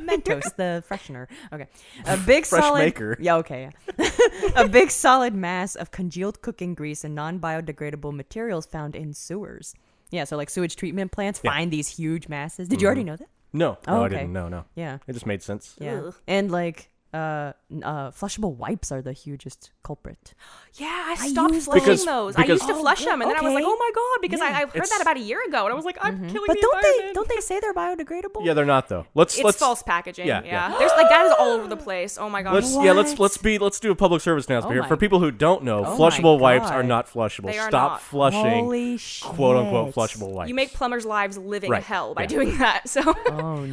Speaker 2: Mentos, the freshener. Okay.
Speaker 3: *laughs*
Speaker 2: A big
Speaker 3: Fresh
Speaker 2: solid.
Speaker 3: maker.
Speaker 2: Yeah. Okay. yeah. *laughs* a big solid mass of congealed cooking grease and non-biodegradable materials found in sewers. Yeah. So like sewage treatment plants find these huge masses. Did you already
Speaker 3: Mm-hmm.
Speaker 2: know that?
Speaker 3: No,
Speaker 2: Oh,
Speaker 3: no, I
Speaker 2: okay.
Speaker 3: didn't. No, no.
Speaker 2: Yeah.
Speaker 3: It just made sense.
Speaker 2: Yeah. And like uh n- uh flushable wipes are the hugest culprit.
Speaker 1: Yeah, I stopped
Speaker 2: use
Speaker 1: flushing
Speaker 3: Because-
Speaker 1: those. I
Speaker 3: because-
Speaker 1: used to
Speaker 3: Oh,
Speaker 1: flush them, and then I was like,
Speaker 2: okay.
Speaker 1: "Oh my god!" Because I, I've heard
Speaker 3: It's-
Speaker 1: that about a year ago, and I was like, "I'm killing
Speaker 2: But
Speaker 1: the
Speaker 2: don't they
Speaker 1: environment."
Speaker 2: don't they say they're biodegradable?
Speaker 3: Yeah, they're not though. Let's
Speaker 1: it's
Speaker 3: let's
Speaker 1: false packaging.
Speaker 3: yeah,
Speaker 1: Yeah,
Speaker 3: yeah.
Speaker 1: there's like that is all over the place. Oh my gosh,
Speaker 3: Let's yeah, let's
Speaker 2: What? Oh
Speaker 3: let's be let's do a public service announcement here.
Speaker 2: my- Oh
Speaker 3: For people who don't know,
Speaker 2: my
Speaker 3: flushable wipes are
Speaker 2: God.
Speaker 3: not flushable.
Speaker 1: They are
Speaker 3: Stop
Speaker 1: not.
Speaker 3: flushing
Speaker 2: Holy shit.
Speaker 3: quote unquote flushable wipes.
Speaker 1: you make plumbers' lives living
Speaker 3: Right,
Speaker 1: hell by
Speaker 3: yeah.
Speaker 1: doing that. So, *laughs*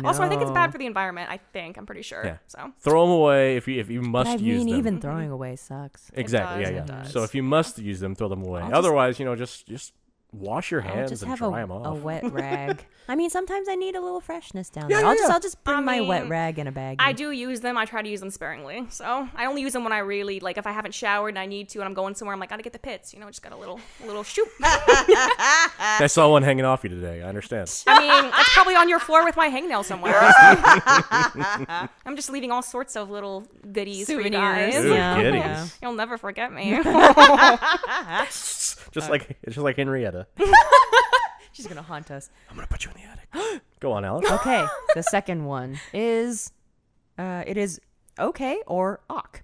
Speaker 1: also, I think it's
Speaker 2: no.
Speaker 1: bad for the environment. I think I'm pretty sure.
Speaker 3: Yeah.
Speaker 1: So,
Speaker 3: Throw them away if you if you must
Speaker 2: I
Speaker 3: use
Speaker 2: mean,
Speaker 3: them. Mm-hmm.
Speaker 2: even throwing away sucks.
Speaker 3: exactly.
Speaker 1: does,
Speaker 3: yeah,
Speaker 1: it
Speaker 3: yeah.
Speaker 1: does.
Speaker 3: So if you must use them, throw them away. Otherwise, you know, just just wash your
Speaker 2: I'll
Speaker 3: hands
Speaker 2: just
Speaker 3: and
Speaker 2: have
Speaker 3: dry
Speaker 2: a,
Speaker 3: them off.
Speaker 2: a
Speaker 3: *laughs*
Speaker 2: wet rag. I mean, sometimes I need a little freshness down there.
Speaker 3: Yeah, yeah,
Speaker 2: I'll just
Speaker 3: yeah.
Speaker 2: I'll just bring
Speaker 1: I
Speaker 2: my wet
Speaker 1: mean,
Speaker 2: rag in a bag.
Speaker 1: I do use them. I try to use them sparingly. So, I only use them when I really like. If I haven't showered and I need to, and I'm going somewhere, I'm like, gotta get the pits. You know, just got a little, a little
Speaker 3: *laughs*
Speaker 1: shoot.
Speaker 3: I saw one hanging off you today. I understand.
Speaker 1: I mean, that's probably on your floor with my hangnail
Speaker 3: *laughs*
Speaker 1: somewhere. I'm just leaving all sorts of little goodies for you guys.
Speaker 3: Ooh, goodies.
Speaker 1: You'll never forget me.
Speaker 3: *laughs* Just like just like Henrietta.
Speaker 2: She's gonna haunt us.
Speaker 3: I'm gonna put you in the attic. *gasps* Go on,
Speaker 2: *gasps*
Speaker 3: Alex.
Speaker 2: *laughs* Okay, the second one is, uh, it is okay or ok.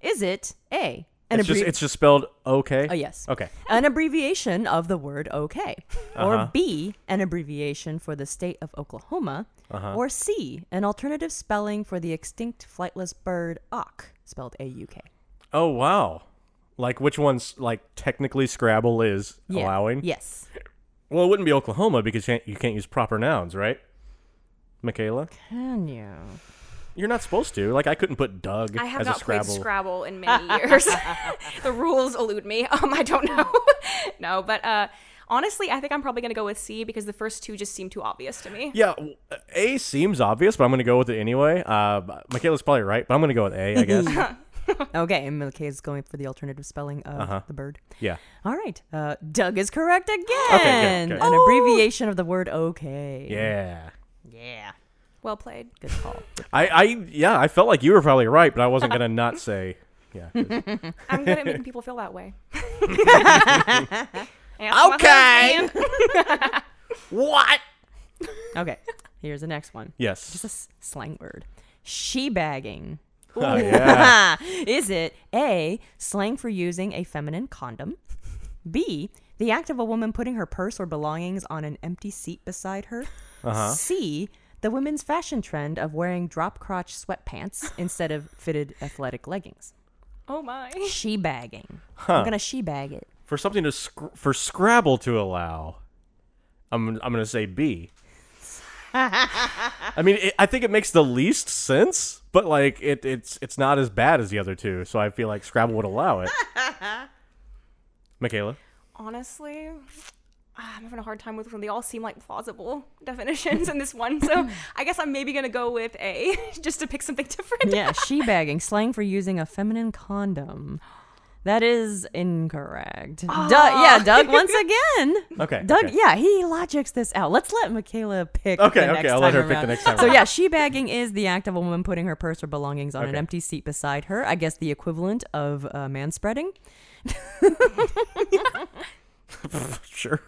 Speaker 2: Is it a? An
Speaker 3: It's just
Speaker 2: abbrevi-
Speaker 3: it's just spelled okay.
Speaker 2: Oh, yes.
Speaker 3: Okay.
Speaker 2: An abbreviation of the word okay.
Speaker 3: Uh-huh.
Speaker 2: Or B, an abbreviation for the state of Oklahoma.
Speaker 3: Uh-huh.
Speaker 2: Or C, an alternative spelling for the extinct flightless bird auk, spelled A U K.
Speaker 3: Oh wow. Like which one's like technically Scrabble is
Speaker 2: Yeah.
Speaker 3: allowing?
Speaker 2: Yes.
Speaker 3: Well, it wouldn't be Oklahoma because you can't, you can't use proper nouns, right? Michaela,
Speaker 2: Can you?
Speaker 3: you're not supposed to. Like I couldn't put Doug
Speaker 1: I have
Speaker 3: as
Speaker 1: not
Speaker 3: a Scrabble.
Speaker 1: played Scrabble in many years. *laughs* the rules elude me. *laughs* Um, I don't know. no, but uh, honestly, I think I'm probably gonna go with C because the first two just seem too obvious to me.
Speaker 3: Yeah, w-
Speaker 2: *laughs*
Speaker 3: A seems obvious, but I'm going to go with it anyway. Uh, Michaela's probably right, but I'm going to go with A, I guess.
Speaker 2: Okay, and McKay is going for the alternative spelling of
Speaker 3: Uh-huh.
Speaker 2: the bird.
Speaker 3: Yeah.
Speaker 2: All right. Uh, Doug is correct again.
Speaker 3: good.
Speaker 2: An abbreviation of the word okay.
Speaker 3: Yeah.
Speaker 2: Yeah.
Speaker 1: Well played.
Speaker 2: Good call.
Speaker 3: I, I yeah, I felt like you were probably right, but I wasn't gonna not say yeah. good.
Speaker 1: I'm good at
Speaker 3: *laughs*
Speaker 1: making people feel that way.
Speaker 6: Okay. what?
Speaker 2: okay. Here's the next one. Just a
Speaker 3: Yes.
Speaker 2: s- slang word. She bagging.
Speaker 3: Oh, yeah.
Speaker 2: *laughs* is it A, slang for using a feminine condom? B, the act of a woman putting her purse or belongings on an empty seat beside her? C, the women's fashion trend of wearing drop crotch sweatpants instead of fitted athletic leggings.
Speaker 1: *laughs* Oh my.
Speaker 2: She bagging. I'm going to she bag it.
Speaker 3: For something to scr- for Scrabble to allow, I'm I'm gonna say B. I mean, it, I think it makes the least sense, but like it, it's it's not as bad as the other two, so I feel like Scrabble would allow it. Michaela,
Speaker 1: Honestly, ah, I'm having a hard time with them. They all seem like plausible *laughs* definitions in this one, so I guess I'm maybe gonna go with A, *laughs* just to pick something different.
Speaker 2: Yeah, she bagging, slang for using a feminine condom. That is incorrect. Doug, yeah, Doug once again.
Speaker 3: Okay,
Speaker 2: Doug,
Speaker 3: okay.
Speaker 2: yeah, he logics this out. Let's let Michaela pick.
Speaker 3: Okay,
Speaker 2: the
Speaker 3: okay,
Speaker 2: next
Speaker 3: I'll let
Speaker 2: time
Speaker 3: her pick the
Speaker 2: around.
Speaker 3: next time
Speaker 2: So
Speaker 3: around.
Speaker 2: yeah, she bagging is the act of a woman putting her purse or belongings on an
Speaker 3: Okay.
Speaker 2: empty seat beside her. I guess the equivalent of uh, man spreading.
Speaker 3: sure.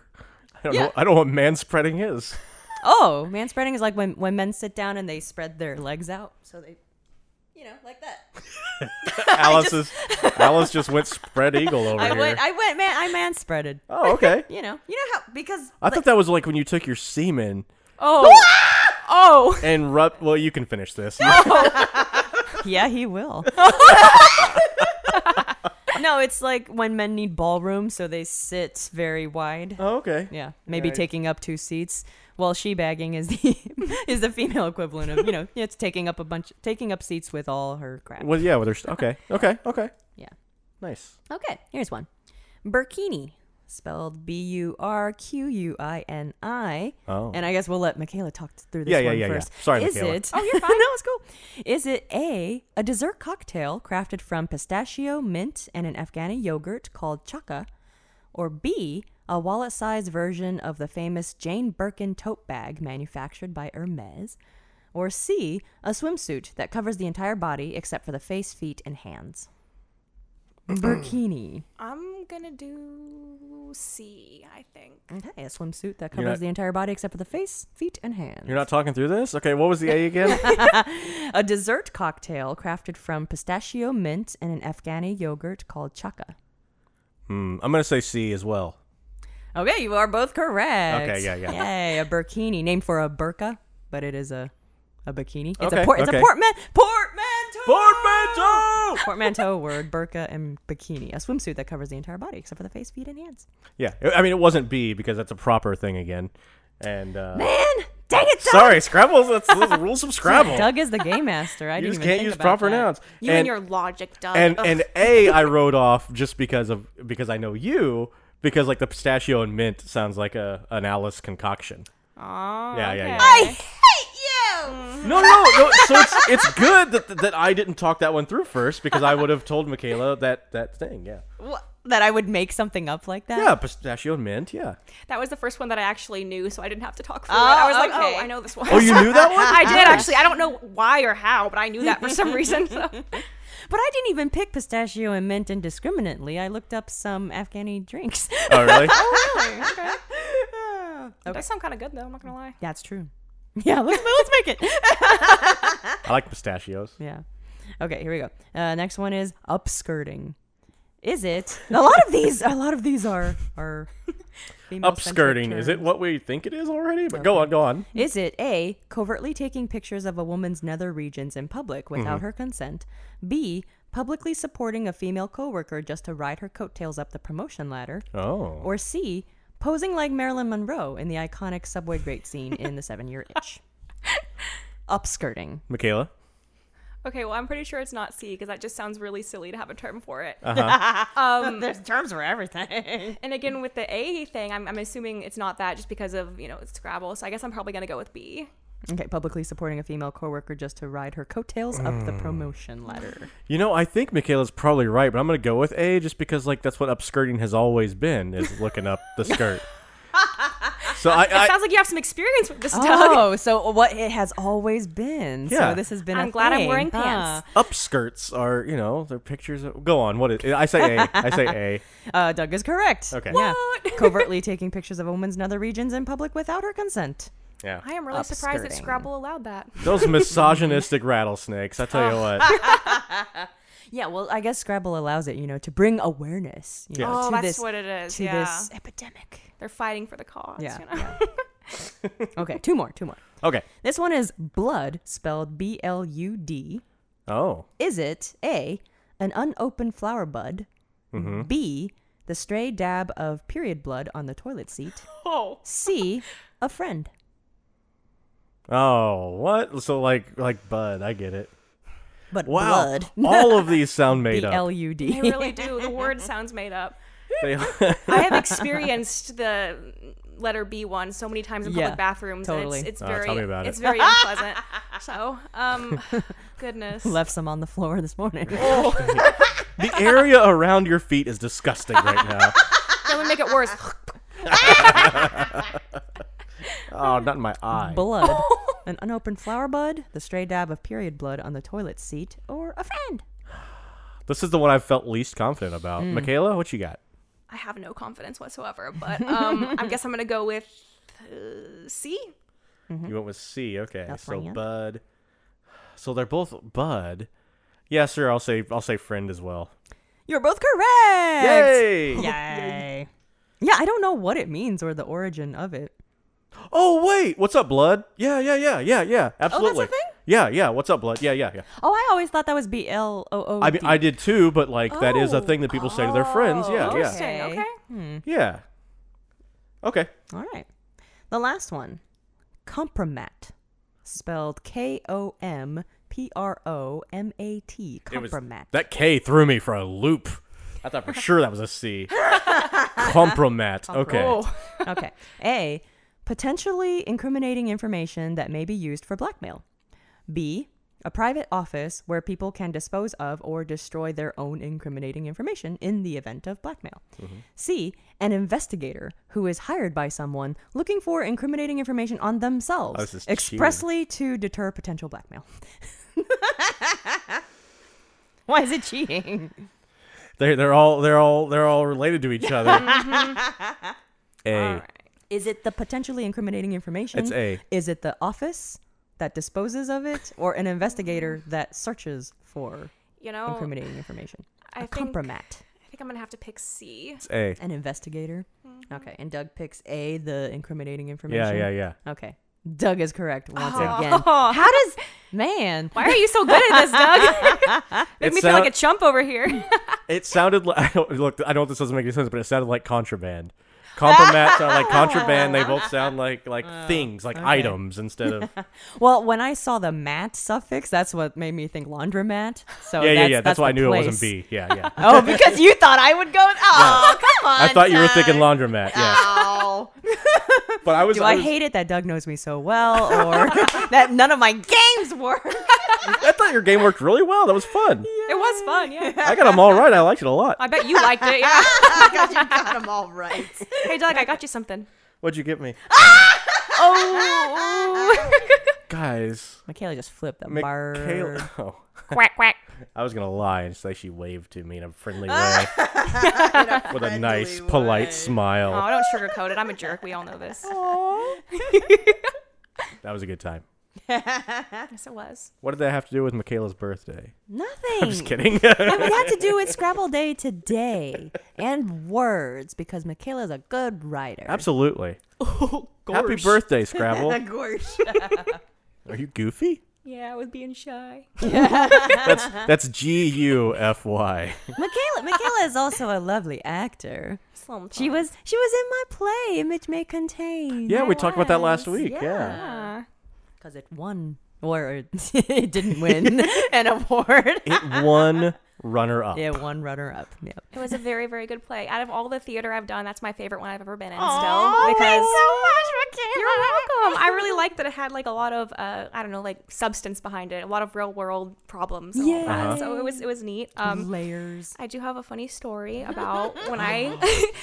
Speaker 3: I don't know. I don't know what man spreading
Speaker 2: *laughs*
Speaker 3: is.
Speaker 2: Oh, man spreading is like when when men sit down and they spread their legs out. So they, you know, like that. *laughs*
Speaker 3: Alice is Alice just went spread eagle over
Speaker 2: I
Speaker 3: here.
Speaker 2: went, I went, man, I man spreaded.
Speaker 3: oh, okay.
Speaker 2: *laughs* You know, you know how because
Speaker 3: I thought that was like when you took your semen *laughs*
Speaker 1: Oh.
Speaker 3: Ah!
Speaker 1: oh.
Speaker 3: and rub. Well, you can finish
Speaker 2: *laughs*
Speaker 3: this.
Speaker 2: Yeah, he will. *laughs* no, it's like when men need ballroom, so they sit very wide.
Speaker 3: Oh, okay.
Speaker 2: Yeah, maybe
Speaker 3: Right.
Speaker 2: taking up two seats. Well, she bagging is the *laughs* is the female equivalent of you know *laughs* it's taking up a bunch, taking up seats with all her crap.
Speaker 3: Well, yeah. Well, there's okay, okay, okay.
Speaker 2: Yeah.
Speaker 3: Nice.
Speaker 2: Okay, here's one. Burkini, spelled B U R Q U I N I.
Speaker 3: Oh.
Speaker 2: And I guess we'll let Michaela talk through this
Speaker 3: Yeah,
Speaker 2: one
Speaker 3: yeah,
Speaker 2: first.
Speaker 3: yeah, yeah. Sorry,
Speaker 2: Is
Speaker 3: Michaela.
Speaker 2: it? Oh, *laughs* you're fine. no, it's cool. Is it A, a dessert cocktail crafted from pistachio, mint, and an Afghani yogurt called chaka, or B, a wallet-sized version of the famous Jane Birkin tote bag manufactured by Hermes, or C, a swimsuit that covers the entire body except for the face, feet, and *clears throat* hands? Burkini.
Speaker 1: I'm gonna do C, I think.
Speaker 2: Okay, a swimsuit that
Speaker 3: You're
Speaker 2: covers
Speaker 3: not-
Speaker 2: the entire body except for the face, feet, and hands.
Speaker 3: You're not talking through this. Okay. What was the A again?
Speaker 2: *laughs* A dessert cocktail crafted from pistachio, mint, and an Afghani yogurt called chaka.
Speaker 3: Hmm, I'm gonna say C as well.
Speaker 2: Okay, you are both correct.
Speaker 3: Okay, yeah, yeah.
Speaker 2: Yay, a burkini named for a burqa, but it is a a bikini. It's
Speaker 3: Okay,
Speaker 2: a port. It's
Speaker 3: okay.
Speaker 2: a portman portmanteau.
Speaker 3: Portmanteau.
Speaker 2: portmanteau word burqa and bikini. A swimsuit that covers the entire body except for the face, feet, and hands.
Speaker 3: Yeah. I mean, it wasn't B because that's a proper thing again. And uh,
Speaker 2: Man, dang it! Doug!
Speaker 3: sorry, Scrabble's that's, that's the rules of Scrabble.
Speaker 2: *laughs* Doug is the game master. I
Speaker 3: you
Speaker 2: didn't
Speaker 3: just
Speaker 2: even
Speaker 3: can't
Speaker 2: think
Speaker 3: use
Speaker 2: about
Speaker 3: proper
Speaker 2: that.
Speaker 3: nouns.
Speaker 1: You and, your logic, Doug.
Speaker 3: and
Speaker 1: Ugh.
Speaker 3: and a I wrote off just because of because I know you because like the pistachio and mint sounds like a an Alice concoction.
Speaker 1: Aw,
Speaker 3: yeah, yeah, yeah.
Speaker 1: okay.
Speaker 3: No, no, no. So it's it's good that that I didn't talk that one through first because I would have told Michaela that that thing. Yeah,
Speaker 2: What, that I would make something up like that.
Speaker 3: yeah, pistachio and mint. Yeah.
Speaker 1: That was the first one that I actually knew, so I didn't have to talk through it. I was like,
Speaker 2: okay.
Speaker 1: oh, I know this one. *laughs*
Speaker 3: Oh, you knew that one.
Speaker 1: I did actually. I don't know why or how, but I knew that for some reason.
Speaker 2: *laughs*
Speaker 1: So.
Speaker 2: But I didn't even pick pistachio and mint indiscriminately. I looked up some Afghani drinks. *laughs*
Speaker 3: Oh, really?
Speaker 1: It does sound kind of good though. I'm not gonna lie.
Speaker 2: That's true. Yeah, *laughs* let's, let's make it.
Speaker 3: I like pistachios.
Speaker 2: Yeah. Okay, here we go. Uh, next one is upskirting. Is it? A lot of these. A lot of these are are. female-centric
Speaker 3: Upskirting. Is it
Speaker 2: terms.
Speaker 3: what we think it is already? But go on, go on.
Speaker 2: Is it A, covertly taking pictures of a woman's nether regions in public
Speaker 3: Mm-hmm.
Speaker 2: without her consent? B, publicly supporting a female coworker just to ride her coattails up the promotion ladder?
Speaker 3: Oh,
Speaker 2: Or C, posing like Marilyn Monroe in the iconic subway grate scene in The Seven Year *laughs* Itch? Upskirting.
Speaker 3: Michaela.
Speaker 1: Okay, well, I'm pretty sure it's not C because that just sounds really silly to have a term for it.
Speaker 3: Uh-huh.
Speaker 1: *laughs* Um,
Speaker 2: *laughs* There's terms for everything.
Speaker 1: And again, with the A thing, I'm, I'm assuming it's not that just because of you know it's Scrabble. So I guess I'm probably gonna go with B.
Speaker 2: Okay, publicly supporting a female coworker just to ride her coattails up the promotion *laughs* ladder.
Speaker 3: You know, I think Michaela's probably right, but I'm gonna go with A just because like that's what upskirting has always been is looking up the skirt. so I, I
Speaker 1: Sounds like you have some experience with this stuff.
Speaker 2: Oh, so what it has always been.
Speaker 3: Yeah.
Speaker 2: So this has been.
Speaker 1: I'm
Speaker 2: a
Speaker 1: glad I'm
Speaker 2: thing.
Speaker 1: wearing pants.
Speaker 3: upskirts are you know they're pictures. Of, go on, what is? I say A. I say A.
Speaker 2: Huh. Uh, Doug is correct.
Speaker 3: Okay.
Speaker 2: *laughs* Yeah. Covertly taking pictures of women's in other regions in public without her consent.
Speaker 3: Yeah,
Speaker 1: *laughs* I am really surprised that
Speaker 2: Upskirting.
Speaker 1: Scrabble allowed that.
Speaker 3: those misogynistic rattlesnakes. I tell you what.
Speaker 2: Yeah, well, I guess Scrabble allows it, you know, to bring awareness. You
Speaker 3: Yeah.
Speaker 2: know,
Speaker 1: Oh,
Speaker 2: to
Speaker 1: that's
Speaker 2: this,
Speaker 1: what it is.
Speaker 2: To
Speaker 1: yeah.
Speaker 2: this epidemic.
Speaker 1: They're fighting for the cause.
Speaker 2: Yeah,
Speaker 1: You know?
Speaker 2: Okay, two more, two more.
Speaker 3: Okay.
Speaker 2: This one is blood, spelled B L U D.
Speaker 3: Oh,
Speaker 2: Is it A, an unopened flower bud?
Speaker 3: Mm-hmm.
Speaker 2: B, the stray dab of period blood on the toilet seat?
Speaker 1: *laughs* Oh.
Speaker 2: C, a friend?
Speaker 3: oh, what? So like like Bud, I get it.
Speaker 2: But
Speaker 3: Wow,
Speaker 2: blood.
Speaker 3: *laughs* all of these sound made
Speaker 2: B L U
Speaker 1: They
Speaker 2: D. *laughs*
Speaker 1: really do. The word sounds made up.
Speaker 3: up. They- *laughs*
Speaker 1: I have experienced the letter B one so many times in
Speaker 2: Yeah,
Speaker 1: public bathrooms.
Speaker 2: totally.
Speaker 1: And it's, it's
Speaker 3: Oh,
Speaker 1: very,
Speaker 3: tell me about it.
Speaker 1: it's very
Speaker 2: *laughs*
Speaker 1: unpleasant. So, um, goodness.
Speaker 2: Left some on the floor this
Speaker 3: *laughs*
Speaker 2: morning.
Speaker 3: Oh. the area around your feet is disgusting right now.
Speaker 1: That would make it worse. *laughs*
Speaker 3: Oh, not in my eye.
Speaker 2: Blood, an unopened flower bud, the stray dab of period blood on the toilet seat, or a friend?
Speaker 3: This is the one I felt least confident about.
Speaker 2: Hmm.
Speaker 3: Michaela, what you got?
Speaker 1: I have no confidence whatsoever, but
Speaker 2: *laughs*
Speaker 1: um, I guess I'm gonna go with uh, C.
Speaker 2: Mm-hmm.
Speaker 3: You went with C. Okay,
Speaker 2: That's
Speaker 3: so
Speaker 2: my hand.
Speaker 3: Bud. So they're both Bud. Yeah, sir. I'll say I'll say friend as well.
Speaker 2: You're both correct.
Speaker 3: *laughs* Yay!
Speaker 2: *laughs* Yay. Yeah, I don't know what it means or the origin of it.
Speaker 3: Oh wait, what's up, Blood? Yeah, yeah, yeah, yeah, yeah. Absolutely.
Speaker 2: Oh, thing?
Speaker 3: Yeah, yeah. What's up, Blood? Yeah, yeah, yeah.
Speaker 2: Oh, I always thought that was B L O O.
Speaker 3: I mean, I did too, but like that is a thing that people say to their friends. Yeah, yeah,
Speaker 1: Interesting. Okay.
Speaker 2: Oh, Okay.
Speaker 3: yeah. Okay.
Speaker 2: All right. The last one, compromat, spelled K O M P R O M A T.
Speaker 3: It was-
Speaker 2: Compromat.
Speaker 3: That K threw me for a loop.
Speaker 2: *laughs*
Speaker 3: I thought for sure that was a C. Compromat.
Speaker 2: Oh.
Speaker 3: Okay.
Speaker 1: Oh,
Speaker 2: okay. A, potentially incriminating information that may be used for blackmail. B, a private office where people can dispose of or destroy their own incriminating information in the event of blackmail.
Speaker 3: Mm-hmm.
Speaker 2: C, an investigator who is hired by someone looking for incriminating information on themselves
Speaker 3: Oh, this is cheating.
Speaker 2: expressly to deter potential blackmail. *laughs* Why is it cheating?
Speaker 3: They they're all they're all they're all related to each
Speaker 2: *laughs*
Speaker 3: other. A.
Speaker 2: Is it the potentially incriminating information?
Speaker 3: It's A.
Speaker 2: Is it the office that disposes of it or
Speaker 1: *laughs*
Speaker 2: an investigator that searches for
Speaker 1: You know, *sighs*
Speaker 2: incriminating information?
Speaker 1: Oh, I
Speaker 2: A
Speaker 1: think-
Speaker 2: compromat.
Speaker 1: I think I'm gonna have to pick C.
Speaker 3: It's A.
Speaker 2: An investigator.
Speaker 1: Mm-hmm.
Speaker 2: Okay. And Doug picks A, the incriminating
Speaker 3: Yeah,
Speaker 2: information.
Speaker 3: yeah, yeah.
Speaker 2: Okay. Doug is correct once
Speaker 1: Oh. *laughs*
Speaker 2: again. How does man
Speaker 1: Why are you so good at this, Doug?
Speaker 2: *laughs*
Speaker 1: Make
Speaker 3: It
Speaker 1: me feel like
Speaker 3: sound-
Speaker 1: a chump over here.
Speaker 3: It sounded like *laughs* I don't, look. I know this doesn't make any sense, but it sounded like contraband. Compromat sound like contraband. They both sound
Speaker 2: *laughs*
Speaker 3: like like
Speaker 2: Oh,
Speaker 3: things, like items instead of.
Speaker 2: Well, when I saw the mat suffix, that's what made me think laundromat. So
Speaker 3: Yeah, yeah,
Speaker 2: that's,
Speaker 3: yeah. That's, why I
Speaker 2: the
Speaker 3: knew it
Speaker 2: place.
Speaker 3: wasn't B. Yeah, yeah.
Speaker 2: *laughs* Oh, because you thought I would
Speaker 3: *laughs*
Speaker 2: go with Oh, come on.
Speaker 3: I thought you were thinking laundromat. Yeah,
Speaker 2: Ow.
Speaker 3: *laughs* but I was.
Speaker 2: Do I
Speaker 3: was-
Speaker 2: hate it that Doug knows me so well,
Speaker 1: *laughs*
Speaker 2: or that none of my games work?
Speaker 3: I thought your game worked really well. That
Speaker 2: *laughs*
Speaker 3: was fun.
Speaker 1: It was fun, *laughs* yeah.
Speaker 3: I got them all right. I liked it a lot.
Speaker 1: I bet you liked it, yeah.
Speaker 2: Got them all right.
Speaker 1: *laughs* Hey, Doug, I got you something.
Speaker 3: What'd you get me,
Speaker 1: Oh,
Speaker 3: *laughs* guys?
Speaker 2: Michaela just flipped the
Speaker 3: Michaela.
Speaker 2: bird.
Speaker 3: *laughs* Oh,
Speaker 1: quack quack.
Speaker 3: I was gonna lie and say she waved to me in a friendly way, with a nice, polite smile.
Speaker 1: Oh, don't sugarcoat it. I'm a jerk. We all know this.
Speaker 3: That was a good time.
Speaker 1: Yes, it was.
Speaker 3: What did that have to do with Michaela's birthday?
Speaker 2: Nothing. *laughs*
Speaker 3: I'm just kidding. *laughs*
Speaker 2: It had to do with Scrabble Day today and words because Michaela's a good writer.
Speaker 3: Absolutely. Happy birthday, Scrabble.
Speaker 2: *laughs*
Speaker 3: Are you goofy?
Speaker 1: Yeah, I was being shy.
Speaker 3: That's that's G U F Y.
Speaker 2: Michaela, Michaela is also a lovely actor. She was she was in my play. Image may contain.
Speaker 3: Yeah, we talked about that last week. Yeah.
Speaker 1: uh,
Speaker 2: *laughs*
Speaker 3: *laughs*
Speaker 2: because it won or it didn't win an award.
Speaker 3: It won runner
Speaker 2: *laughs*
Speaker 3: up.
Speaker 2: Yeah, one runner up. Yep.
Speaker 1: It was a very, very good play. Out of all the theater I've done, that's my favorite one I've ever been in.
Speaker 2: Aw,
Speaker 1: still, because
Speaker 2: thanks
Speaker 1: you're welcome. I really liked that it had like a lot of, uh, I don't know, like substance behind it, a lot of real world problems. and all that.
Speaker 2: Yeah.
Speaker 1: So it was, it was neat. Um,
Speaker 2: Layers.
Speaker 1: I do have a funny story about when *laughs* I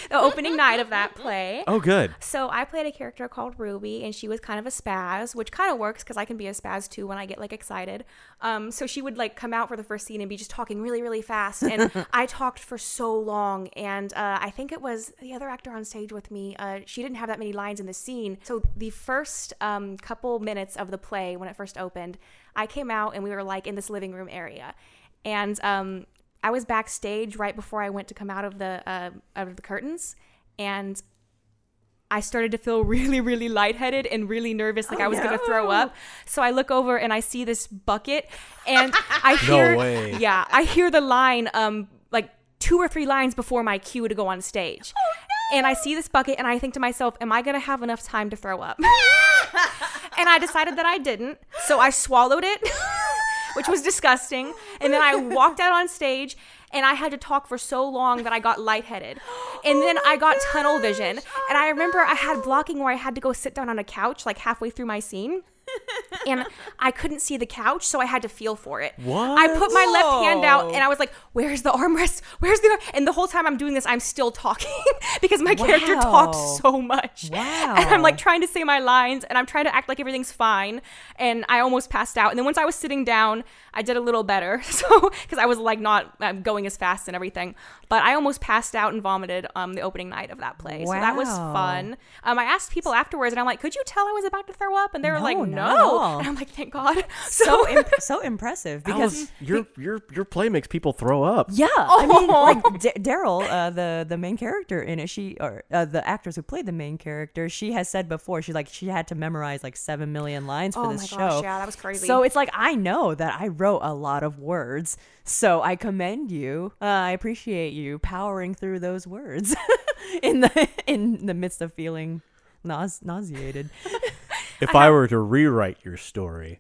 Speaker 1: the opening night of that play.
Speaker 3: Oh, good.
Speaker 1: So I played a character called Ruby, and she was kind of a spaz, which kind of works because I can be a spaz too when I get like excited. Um, so she would like come out for the first scene and be just talking really, really fast, and I talked for so long. And uh, I think it was the other actor on stage with me. Uh, she didn't have that many lines in the scene, so the first um, couple minutes of the play when it first opened, I came out and we were like in this living room area, and um, I was backstage right before I went to come out of the uh, out of the curtains, and I started to feel *laughs* really, really lightheaded and really nervous,
Speaker 3: Oh,
Speaker 1: like I was gonna throw up. So I look over and I see this bucket, and I
Speaker 3: *laughs* No
Speaker 1: hear,
Speaker 3: way.
Speaker 1: yeah, I hear the line, um, like two or three lines before my cue to go on stage.
Speaker 3: Oh,
Speaker 1: And I see this bucket, and I think to myself, "Am I gonna have enough time to throw up?" *laughs* and I decided that I didn't, so I swallowed it, *laughs* which was disgusting. And then I walked out on stage, and I had to talk for so long that I got lightheaded. And then I got tunnel vision, and I remember I had blocking where I had to go sit down on a couch like halfway through my scene. and I couldn't see the couch, so I had to feel for it.
Speaker 3: What?
Speaker 1: I put my left hand out and I was like, "Where's the armrest? Where's the?" Arm? And the whole time I'm doing this, I'm still talking *laughs* because my character
Speaker 2: Wow.
Speaker 1: talks so much. *laughs*
Speaker 2: Wow.
Speaker 1: And I'm like trying to say my lines and I'm trying to act like everything's fine. And I almost passed out. And then once I was sitting down, I did a little better. *laughs* So, because I was like not um, going as fast and everything. But I almost passed out and vomited um, the opening night of that play. So that was
Speaker 2: Wow.
Speaker 1: fun. Um, I asked people afterwards and I'm like, could you tell I was about to throw up? And they were
Speaker 2: No,
Speaker 1: like,
Speaker 2: not at all.
Speaker 1: no. And I'm like, thank God. *laughs*
Speaker 2: So
Speaker 1: So,
Speaker 2: imp- so impressive because
Speaker 3: Alice, your your your play makes people throw up.
Speaker 2: Yeah, I mean,
Speaker 1: Oh.
Speaker 2: like D- Daryl, uh, the the main character in it, she or uh, the actress who played the main character, she has said before she like she had to memorize like seven million lines for
Speaker 1: Oh
Speaker 2: this
Speaker 1: my gosh,
Speaker 2: show.
Speaker 1: yeah, that was crazy.
Speaker 2: So it's like I know that I wrote a lot of words, so I commend you. Uh, I appreciate you powering through those words *laughs* in the in the midst of feeling nause- nauseated.
Speaker 3: If I were to rewrite your
Speaker 2: *laughs*
Speaker 3: story,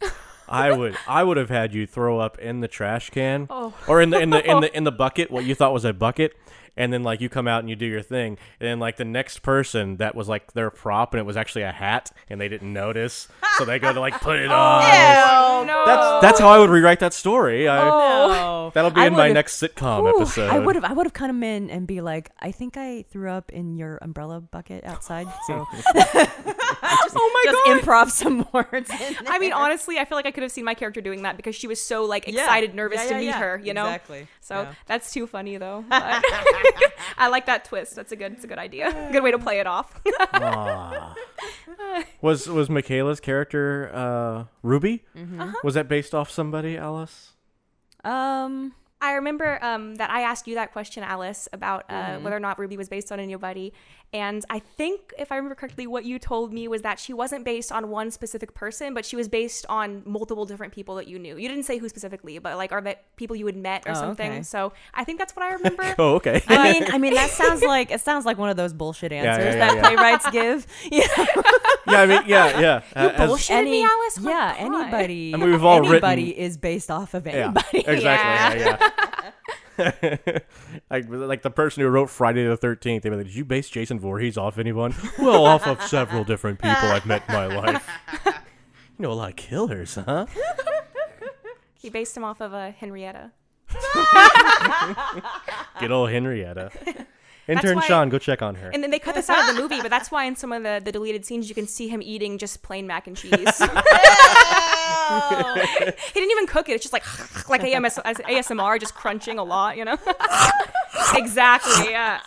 Speaker 3: I would I would have had you throw up in the trash can
Speaker 2: Oh.
Speaker 3: or in the in the in
Speaker 2: *laughs*
Speaker 3: the in the bucket what you thought was a bucket and then like you come out and you do your thing and then like the next person that was like their prop and it was actually a hat and they didn't notice so they go to like put it
Speaker 2: *laughs*
Speaker 3: on.
Speaker 1: oh, no.
Speaker 3: That's that's how I would rewrite that story. I, That'll be
Speaker 2: Oh. I
Speaker 3: in my
Speaker 2: would've-
Speaker 3: next sitcom
Speaker 2: Ooh,
Speaker 3: episode.
Speaker 2: I would have I would have come in and be like, I think I threw up in your umbrella bucket outside. *laughs* So oh my just improv some *laughs* words. in
Speaker 1: I mean,
Speaker 2: there.
Speaker 1: honestly, I feel like I could have seen my character doing that because she was so like
Speaker 2: Yeah.
Speaker 1: excited, nervous
Speaker 2: Yeah,
Speaker 1: to
Speaker 2: yeah,
Speaker 1: meet
Speaker 2: yeah.
Speaker 1: her. You know,
Speaker 2: Exactly.
Speaker 1: So
Speaker 2: Yeah.
Speaker 1: that's too funny
Speaker 2: *laughs*
Speaker 1: though. But *laughs* I like that twist. That's a good. It's a good idea. Good way to play it off. *laughs*
Speaker 3: Ah. Was was Michaela's character uh, Ruby? Was that based off somebody, Alice?
Speaker 1: *laughs*
Speaker 2: um,
Speaker 1: I remember um, that I asked you that question, Alice, about uh,
Speaker 2: Mm-hmm.
Speaker 1: whether or not Ruby was based on anybody. And I think, if I remember correctly, what you told me was that she wasn't based on one specific person, but she was based on multiple different people that you knew. You didn't say who specifically, but like, are that people you had met or
Speaker 2: Oh,
Speaker 1: something?
Speaker 2: okay.
Speaker 1: So I think that's what I
Speaker 2: *laughs*
Speaker 1: remember.
Speaker 3: Oh, okay. *laughs*
Speaker 2: I mean, I mean that sounds like it sounds like one of those bullshit
Speaker 3: yeah,
Speaker 2: answers
Speaker 3: yeah,
Speaker 2: that
Speaker 3: yeah.
Speaker 2: playwrights
Speaker 1: *laughs*
Speaker 2: give. Yeah,
Speaker 3: yeah, I mean, yeah, yeah. You
Speaker 1: bullshit. Shouldn't be Alice, my
Speaker 2: yeah,
Speaker 1: God.
Speaker 2: anybody.
Speaker 3: I mean, we've all
Speaker 2: anybody
Speaker 3: written-
Speaker 2: is based off of
Speaker 3: Yeah,
Speaker 2: anybody.
Speaker 3: *laughs* exactly. Yeah, yeah. *laughs* like, like the person who wrote Friday the Thirteenth. They were like, "Did you base Jason Voorhees off anyone?" well, off of several different people I've met in my life. You know, a lot of killers, huh?
Speaker 1: He based him off of uh, Henrietta.
Speaker 3: Good old Henrietta. Intern
Speaker 1: why-
Speaker 3: Sean, go check on her.
Speaker 1: And then they cut this out of the movie, but that's why in some of the, the deleted scenes you can see him eating just plain mac and
Speaker 2: *laughs*
Speaker 1: cheese. he didn't even cook it. It's just like like *laughs* AMS, ASMR, just crunching a lot, you know? *laughs* exactly, yeah.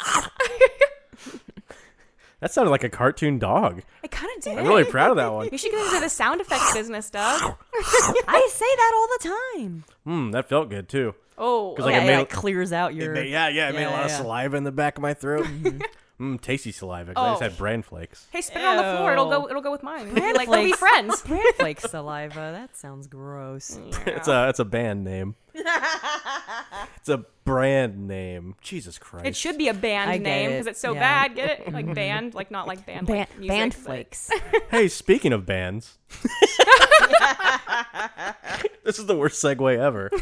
Speaker 3: that sounded like a cartoon dog.
Speaker 1: I kind of did. *laughs*
Speaker 3: I'm really proud of that one.
Speaker 1: You should get into the sound effects business, Doug.
Speaker 2: I say that all the time.
Speaker 3: Hmm, that felt good too.
Speaker 1: Oh,
Speaker 3: Like
Speaker 2: yeah,
Speaker 3: it
Speaker 2: yeah,
Speaker 3: made-
Speaker 2: it clears out your.
Speaker 3: But yeah, yeah, it made
Speaker 2: Yeah,
Speaker 3: a lot of
Speaker 2: yeah. Mm-hmm.
Speaker 3: saliva in the back of my throat. *laughs* mm, tasty saliva. 'cause I just
Speaker 1: Oh.
Speaker 3: had
Speaker 2: *laughs*
Speaker 3: bran flakes.
Speaker 1: hey, spit it on the floor. It'll go.
Speaker 2: Ew.
Speaker 1: It'll go with
Speaker 2: *laughs*
Speaker 1: mine. We'll be like we'll be
Speaker 2: flakes. *laughs*
Speaker 1: friends. Mm,
Speaker 2: Brand flake saliva. That sounds gross.
Speaker 3: It's a it's a band name. it's a brand name. Jesus Christ.
Speaker 1: It should be a band
Speaker 2: I get
Speaker 1: name
Speaker 2: it,
Speaker 1: because it's so
Speaker 2: yeah.
Speaker 1: bad. Get it? Like band, like not like band.
Speaker 2: Ban-
Speaker 1: like music,
Speaker 2: band
Speaker 1: but- *laughs*
Speaker 2: flakes.
Speaker 3: Hey, speaking
Speaker 2: *laughs*
Speaker 3: of *laughs* bands, this is the worst segue ever.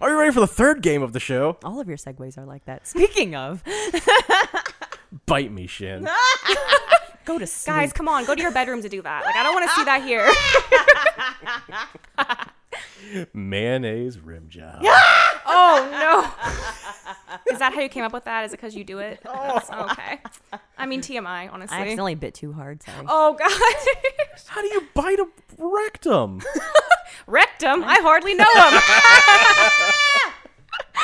Speaker 3: Are you ready for the third game of the show?
Speaker 2: All of your segues are like that. Speaking of,
Speaker 3: Bite
Speaker 2: *laughs*
Speaker 3: me, Shin.
Speaker 2: go to sleep.
Speaker 1: Guys, come on, go to your bedroom to do that. Like I don't want to see that here.
Speaker 3: Mayonnaise rim job.
Speaker 1: Oh no. Oh. Is that how you came up with that? Is it because you do it? That's okay. I mean TMI, honestly.
Speaker 2: I accidentally bit too
Speaker 1: *laughs*
Speaker 2: hard. Sorry.
Speaker 1: oh god. *laughs*
Speaker 3: How do you bite a
Speaker 2: *laughs*
Speaker 3: rectum?
Speaker 1: Rectum? I hardly know *laughs* him.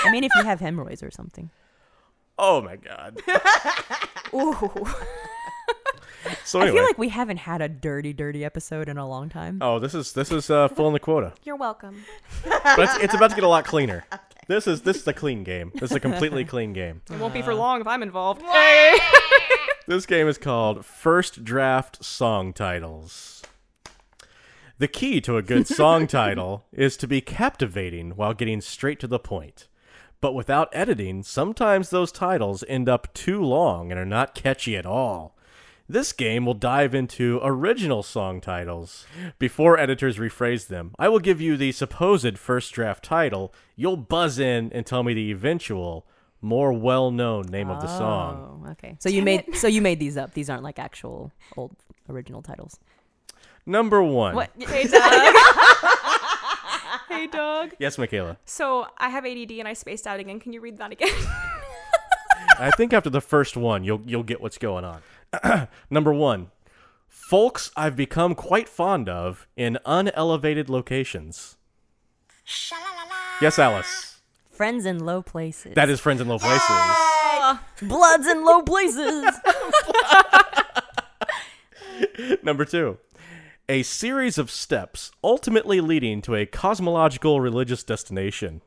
Speaker 2: I mean, if you have hemorrhoids or something.
Speaker 3: Oh
Speaker 2: *laughs*
Speaker 3: my god.
Speaker 1: Ooh.
Speaker 3: So
Speaker 2: I
Speaker 3: anyway,
Speaker 2: feel like we haven't had a dirty, dirty episode in a long time.
Speaker 3: oh, this is this is uh, filling the quota,
Speaker 1: You're welcome.
Speaker 3: but it's, it's about to get a lot cleaner. This is this is a clean game. This is a completely clean game.
Speaker 1: It won't be for long if I'm involved.
Speaker 3: This game is called First Draft Song Titles. The key to a good song title is to be captivating while getting straight to the point. But without editing, sometimes those titles end up too long and are not catchy at all. This game will dive into original song titles. Before editors rephrase them, I will give you the supposed first draft title. You'll buzz in and tell me the eventual, more well known name of the song.
Speaker 2: Oh, okay. So you made so you made these up. These aren't like actual old original titles.
Speaker 3: Number one.
Speaker 1: *laughs* hey dog. *laughs* hey dog.
Speaker 3: Yes, Michaela.
Speaker 1: So I have ADD and I spaced out again. Can you read that again?
Speaker 3: *laughs* I think after the first one, you'll you'll get what's going on. *clears throat* Number one, folks I've become quite fond of in unelevated locations. Yes, Alice.
Speaker 2: Friends in low places.
Speaker 3: That is friends in low places.
Speaker 2: Bloods in low *laughs* places.
Speaker 3: Number two, a series of steps ultimately leading to a cosmological religious destination.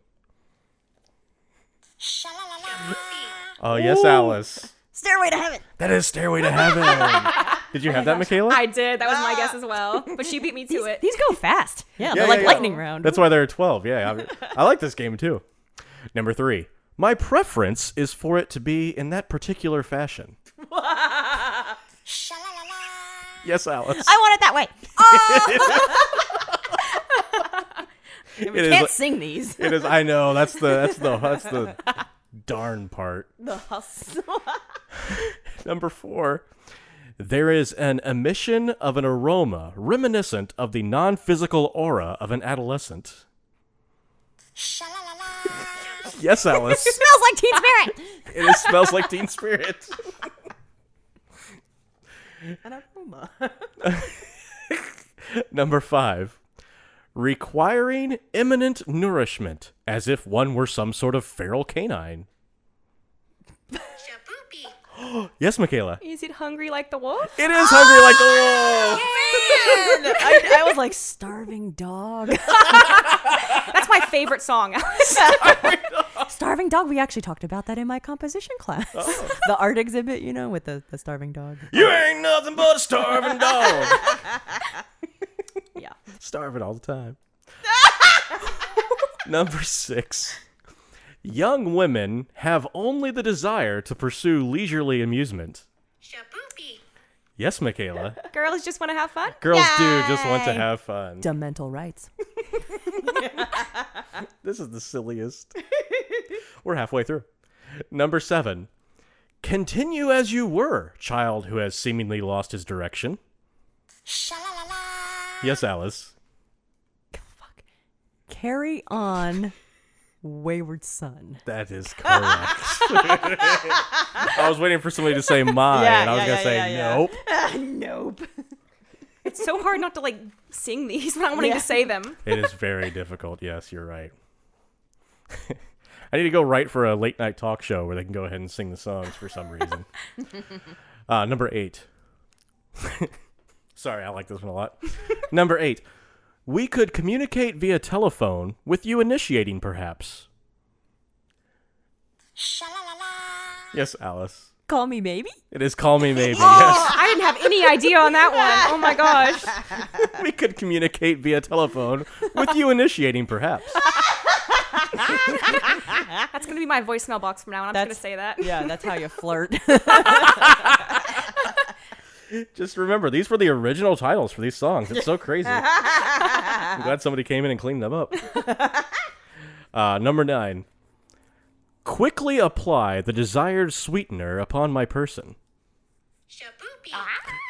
Speaker 3: Oh yes, Alice.
Speaker 2: Stairway to heaven.
Speaker 3: That is Stairway to Heaven. Did you have that,
Speaker 1: *laughs*
Speaker 3: Michaela?
Speaker 1: I did. That was my guess as well. *laughs* But she beat me to it.
Speaker 2: These go fast. Yeah, they're
Speaker 3: yeah,
Speaker 2: like
Speaker 3: yeah.
Speaker 2: lightning round.
Speaker 3: That's why there are 12. Yeah. I, I like this game too. Number three. My preference is for it to be in that particular fashion. Yes, Alice.
Speaker 2: I want it
Speaker 3: *laughs*
Speaker 2: that way. Oh,
Speaker 3: it,
Speaker 2: Can't
Speaker 3: is,
Speaker 2: sing these. *laughs*
Speaker 3: it is. I know. That's the. That's the. That's the darn part.
Speaker 2: The hustle. *laughs*
Speaker 3: Number four. There is an emission of an aroma reminiscent of the non-physical aura of an adolescent. Yes, Alice.
Speaker 2: smells like Teen Spirit. *laughs*
Speaker 3: it is- smells like Teen Spirit. *laughs* Number five, requiring imminent nourishment as if one were some sort of feral canine.
Speaker 4: Shaboopy.
Speaker 3: *gasps* Yes, Michaela.
Speaker 1: Is it hungry like the wolf?
Speaker 3: It is hungry like the wolf.
Speaker 2: I, I was like starving *laughs* dog.
Speaker 1: That's my favorite song. *laughs*
Speaker 2: starving dog. We actually talked about that in my composition class.
Speaker 3: Oh.
Speaker 2: *laughs* the art exhibit, you know, with the, the starving dog.
Speaker 3: You ain't nothing but a starving dog.
Speaker 2: Yeah.
Speaker 3: Starving all the time. *laughs* Number six. Young women have only the desire to pursue leisurely amusement.
Speaker 4: Shaboopy.
Speaker 3: Yes, Michaela.
Speaker 1: Girls just want to have fun.
Speaker 3: Girls do just want to have fun.
Speaker 2: Dumb mental rights.
Speaker 3: This is the silliest. We're halfway through. Number seven. Continue as you were, child who has seemingly lost his direction. Yes, Alice.
Speaker 2: Carry on, wayward son.
Speaker 3: That is correct. I was waiting for somebody to say mine, and I was gonna say nope.
Speaker 2: Nope.
Speaker 1: It's so hard not to like sing these without wanting to say them.
Speaker 3: It is very difficult. Yes, you're right. I need to go write for a late night talk show where they can go ahead and sing the songs for some reason. Uh, number eight. Sorry, I like this one a lot. number eight. We could communicate via telephone with you initiating, perhaps. Yes, Alice.
Speaker 2: Call me baby.
Speaker 3: It is call me maybe.
Speaker 1: Oh, I didn't have any idea on that one. Oh my gosh.
Speaker 3: Yes, we could communicate via telephone with you initiating, perhaps.
Speaker 1: That's gonna be my voicemail box from now on. I'm
Speaker 2: That's-
Speaker 1: just gonna say that.
Speaker 2: Yeah, that's how you flirt.
Speaker 3: Just remember, these were the original titles
Speaker 1: *laughs*
Speaker 3: for these songs. It's so crazy. I'm glad somebody came in and cleaned them up. Uh, number nine. Quickly apply the desired sweetener upon my person.
Speaker 4: Shaboopy.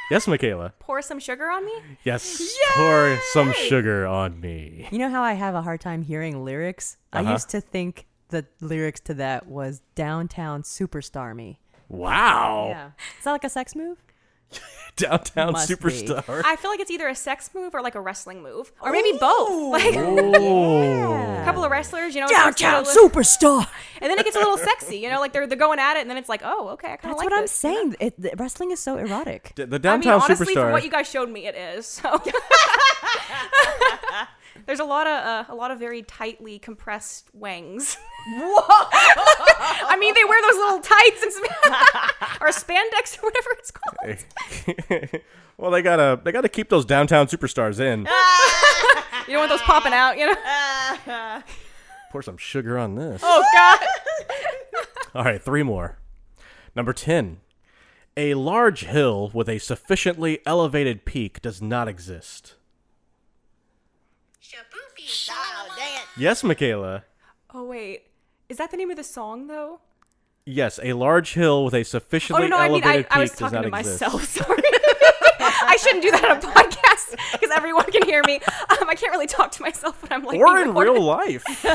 Speaker 3: Yes, Michaela.
Speaker 1: Pour some sugar on me?
Speaker 3: Yes. Pour some sugar on me.
Speaker 2: *laughs* You know how I have a hard time hearing lyrics? I used to think the lyrics to that was downtown superstar me.
Speaker 3: Wow.
Speaker 2: Yeah. Is that like a sex move?
Speaker 3: Downtown
Speaker 2: Must be.
Speaker 3: superstar.
Speaker 1: I feel like it's either a sex move or like a wrestling move, or maybe both. Like a couple of wrestlers, you know, it starts to look-
Speaker 2: superstar.
Speaker 1: and then it gets a little sexy, you know, like they're they're going at it, and then it's like, oh, okay, I kind
Speaker 2: That's
Speaker 1: of like
Speaker 2: what I'm
Speaker 1: this.
Speaker 2: saying. It, the- wrestling is so erotic.
Speaker 3: D- The
Speaker 1: I mean,
Speaker 3: downtown
Speaker 1: honestly,
Speaker 3: superstar.
Speaker 1: from
Speaker 3: *laughs*
Speaker 1: what you guys showed me, it is. So *laughs* there's a lot of uh, a lot of very tightly compressed wangs. *laughs* I mean, they wear those little tights and sp- or spandex or whatever it's called.
Speaker 3: well, they gotta they gotta keep those downtown superstars in.
Speaker 1: You don't want those popping out, you know.
Speaker 3: Pour some sugar on this.
Speaker 1: Oh God.
Speaker 3: *laughs* All right, three more. Number 10. A large hill with a sufficiently elevated peak does not exist.
Speaker 4: Shaboopy.
Speaker 3: Yes, Michaela.
Speaker 1: Oh wait, is that the name of the song though?
Speaker 3: Yes, a large hill with a
Speaker 1: Oh
Speaker 3: sufficiently
Speaker 1: no, no, I mean, I,
Speaker 3: elevated peak
Speaker 1: I was
Speaker 3: does
Speaker 1: talking
Speaker 3: not
Speaker 1: to
Speaker 3: exist.
Speaker 1: myself. *laughs* Sorry. I shouldn't do that on a podcast because everyone can hear me. Um, I can't really talk to myself when I'm like.
Speaker 3: Or
Speaker 1: *laughs* being
Speaker 3: in
Speaker 1: recorded.
Speaker 3: real life.
Speaker 1: *laughs*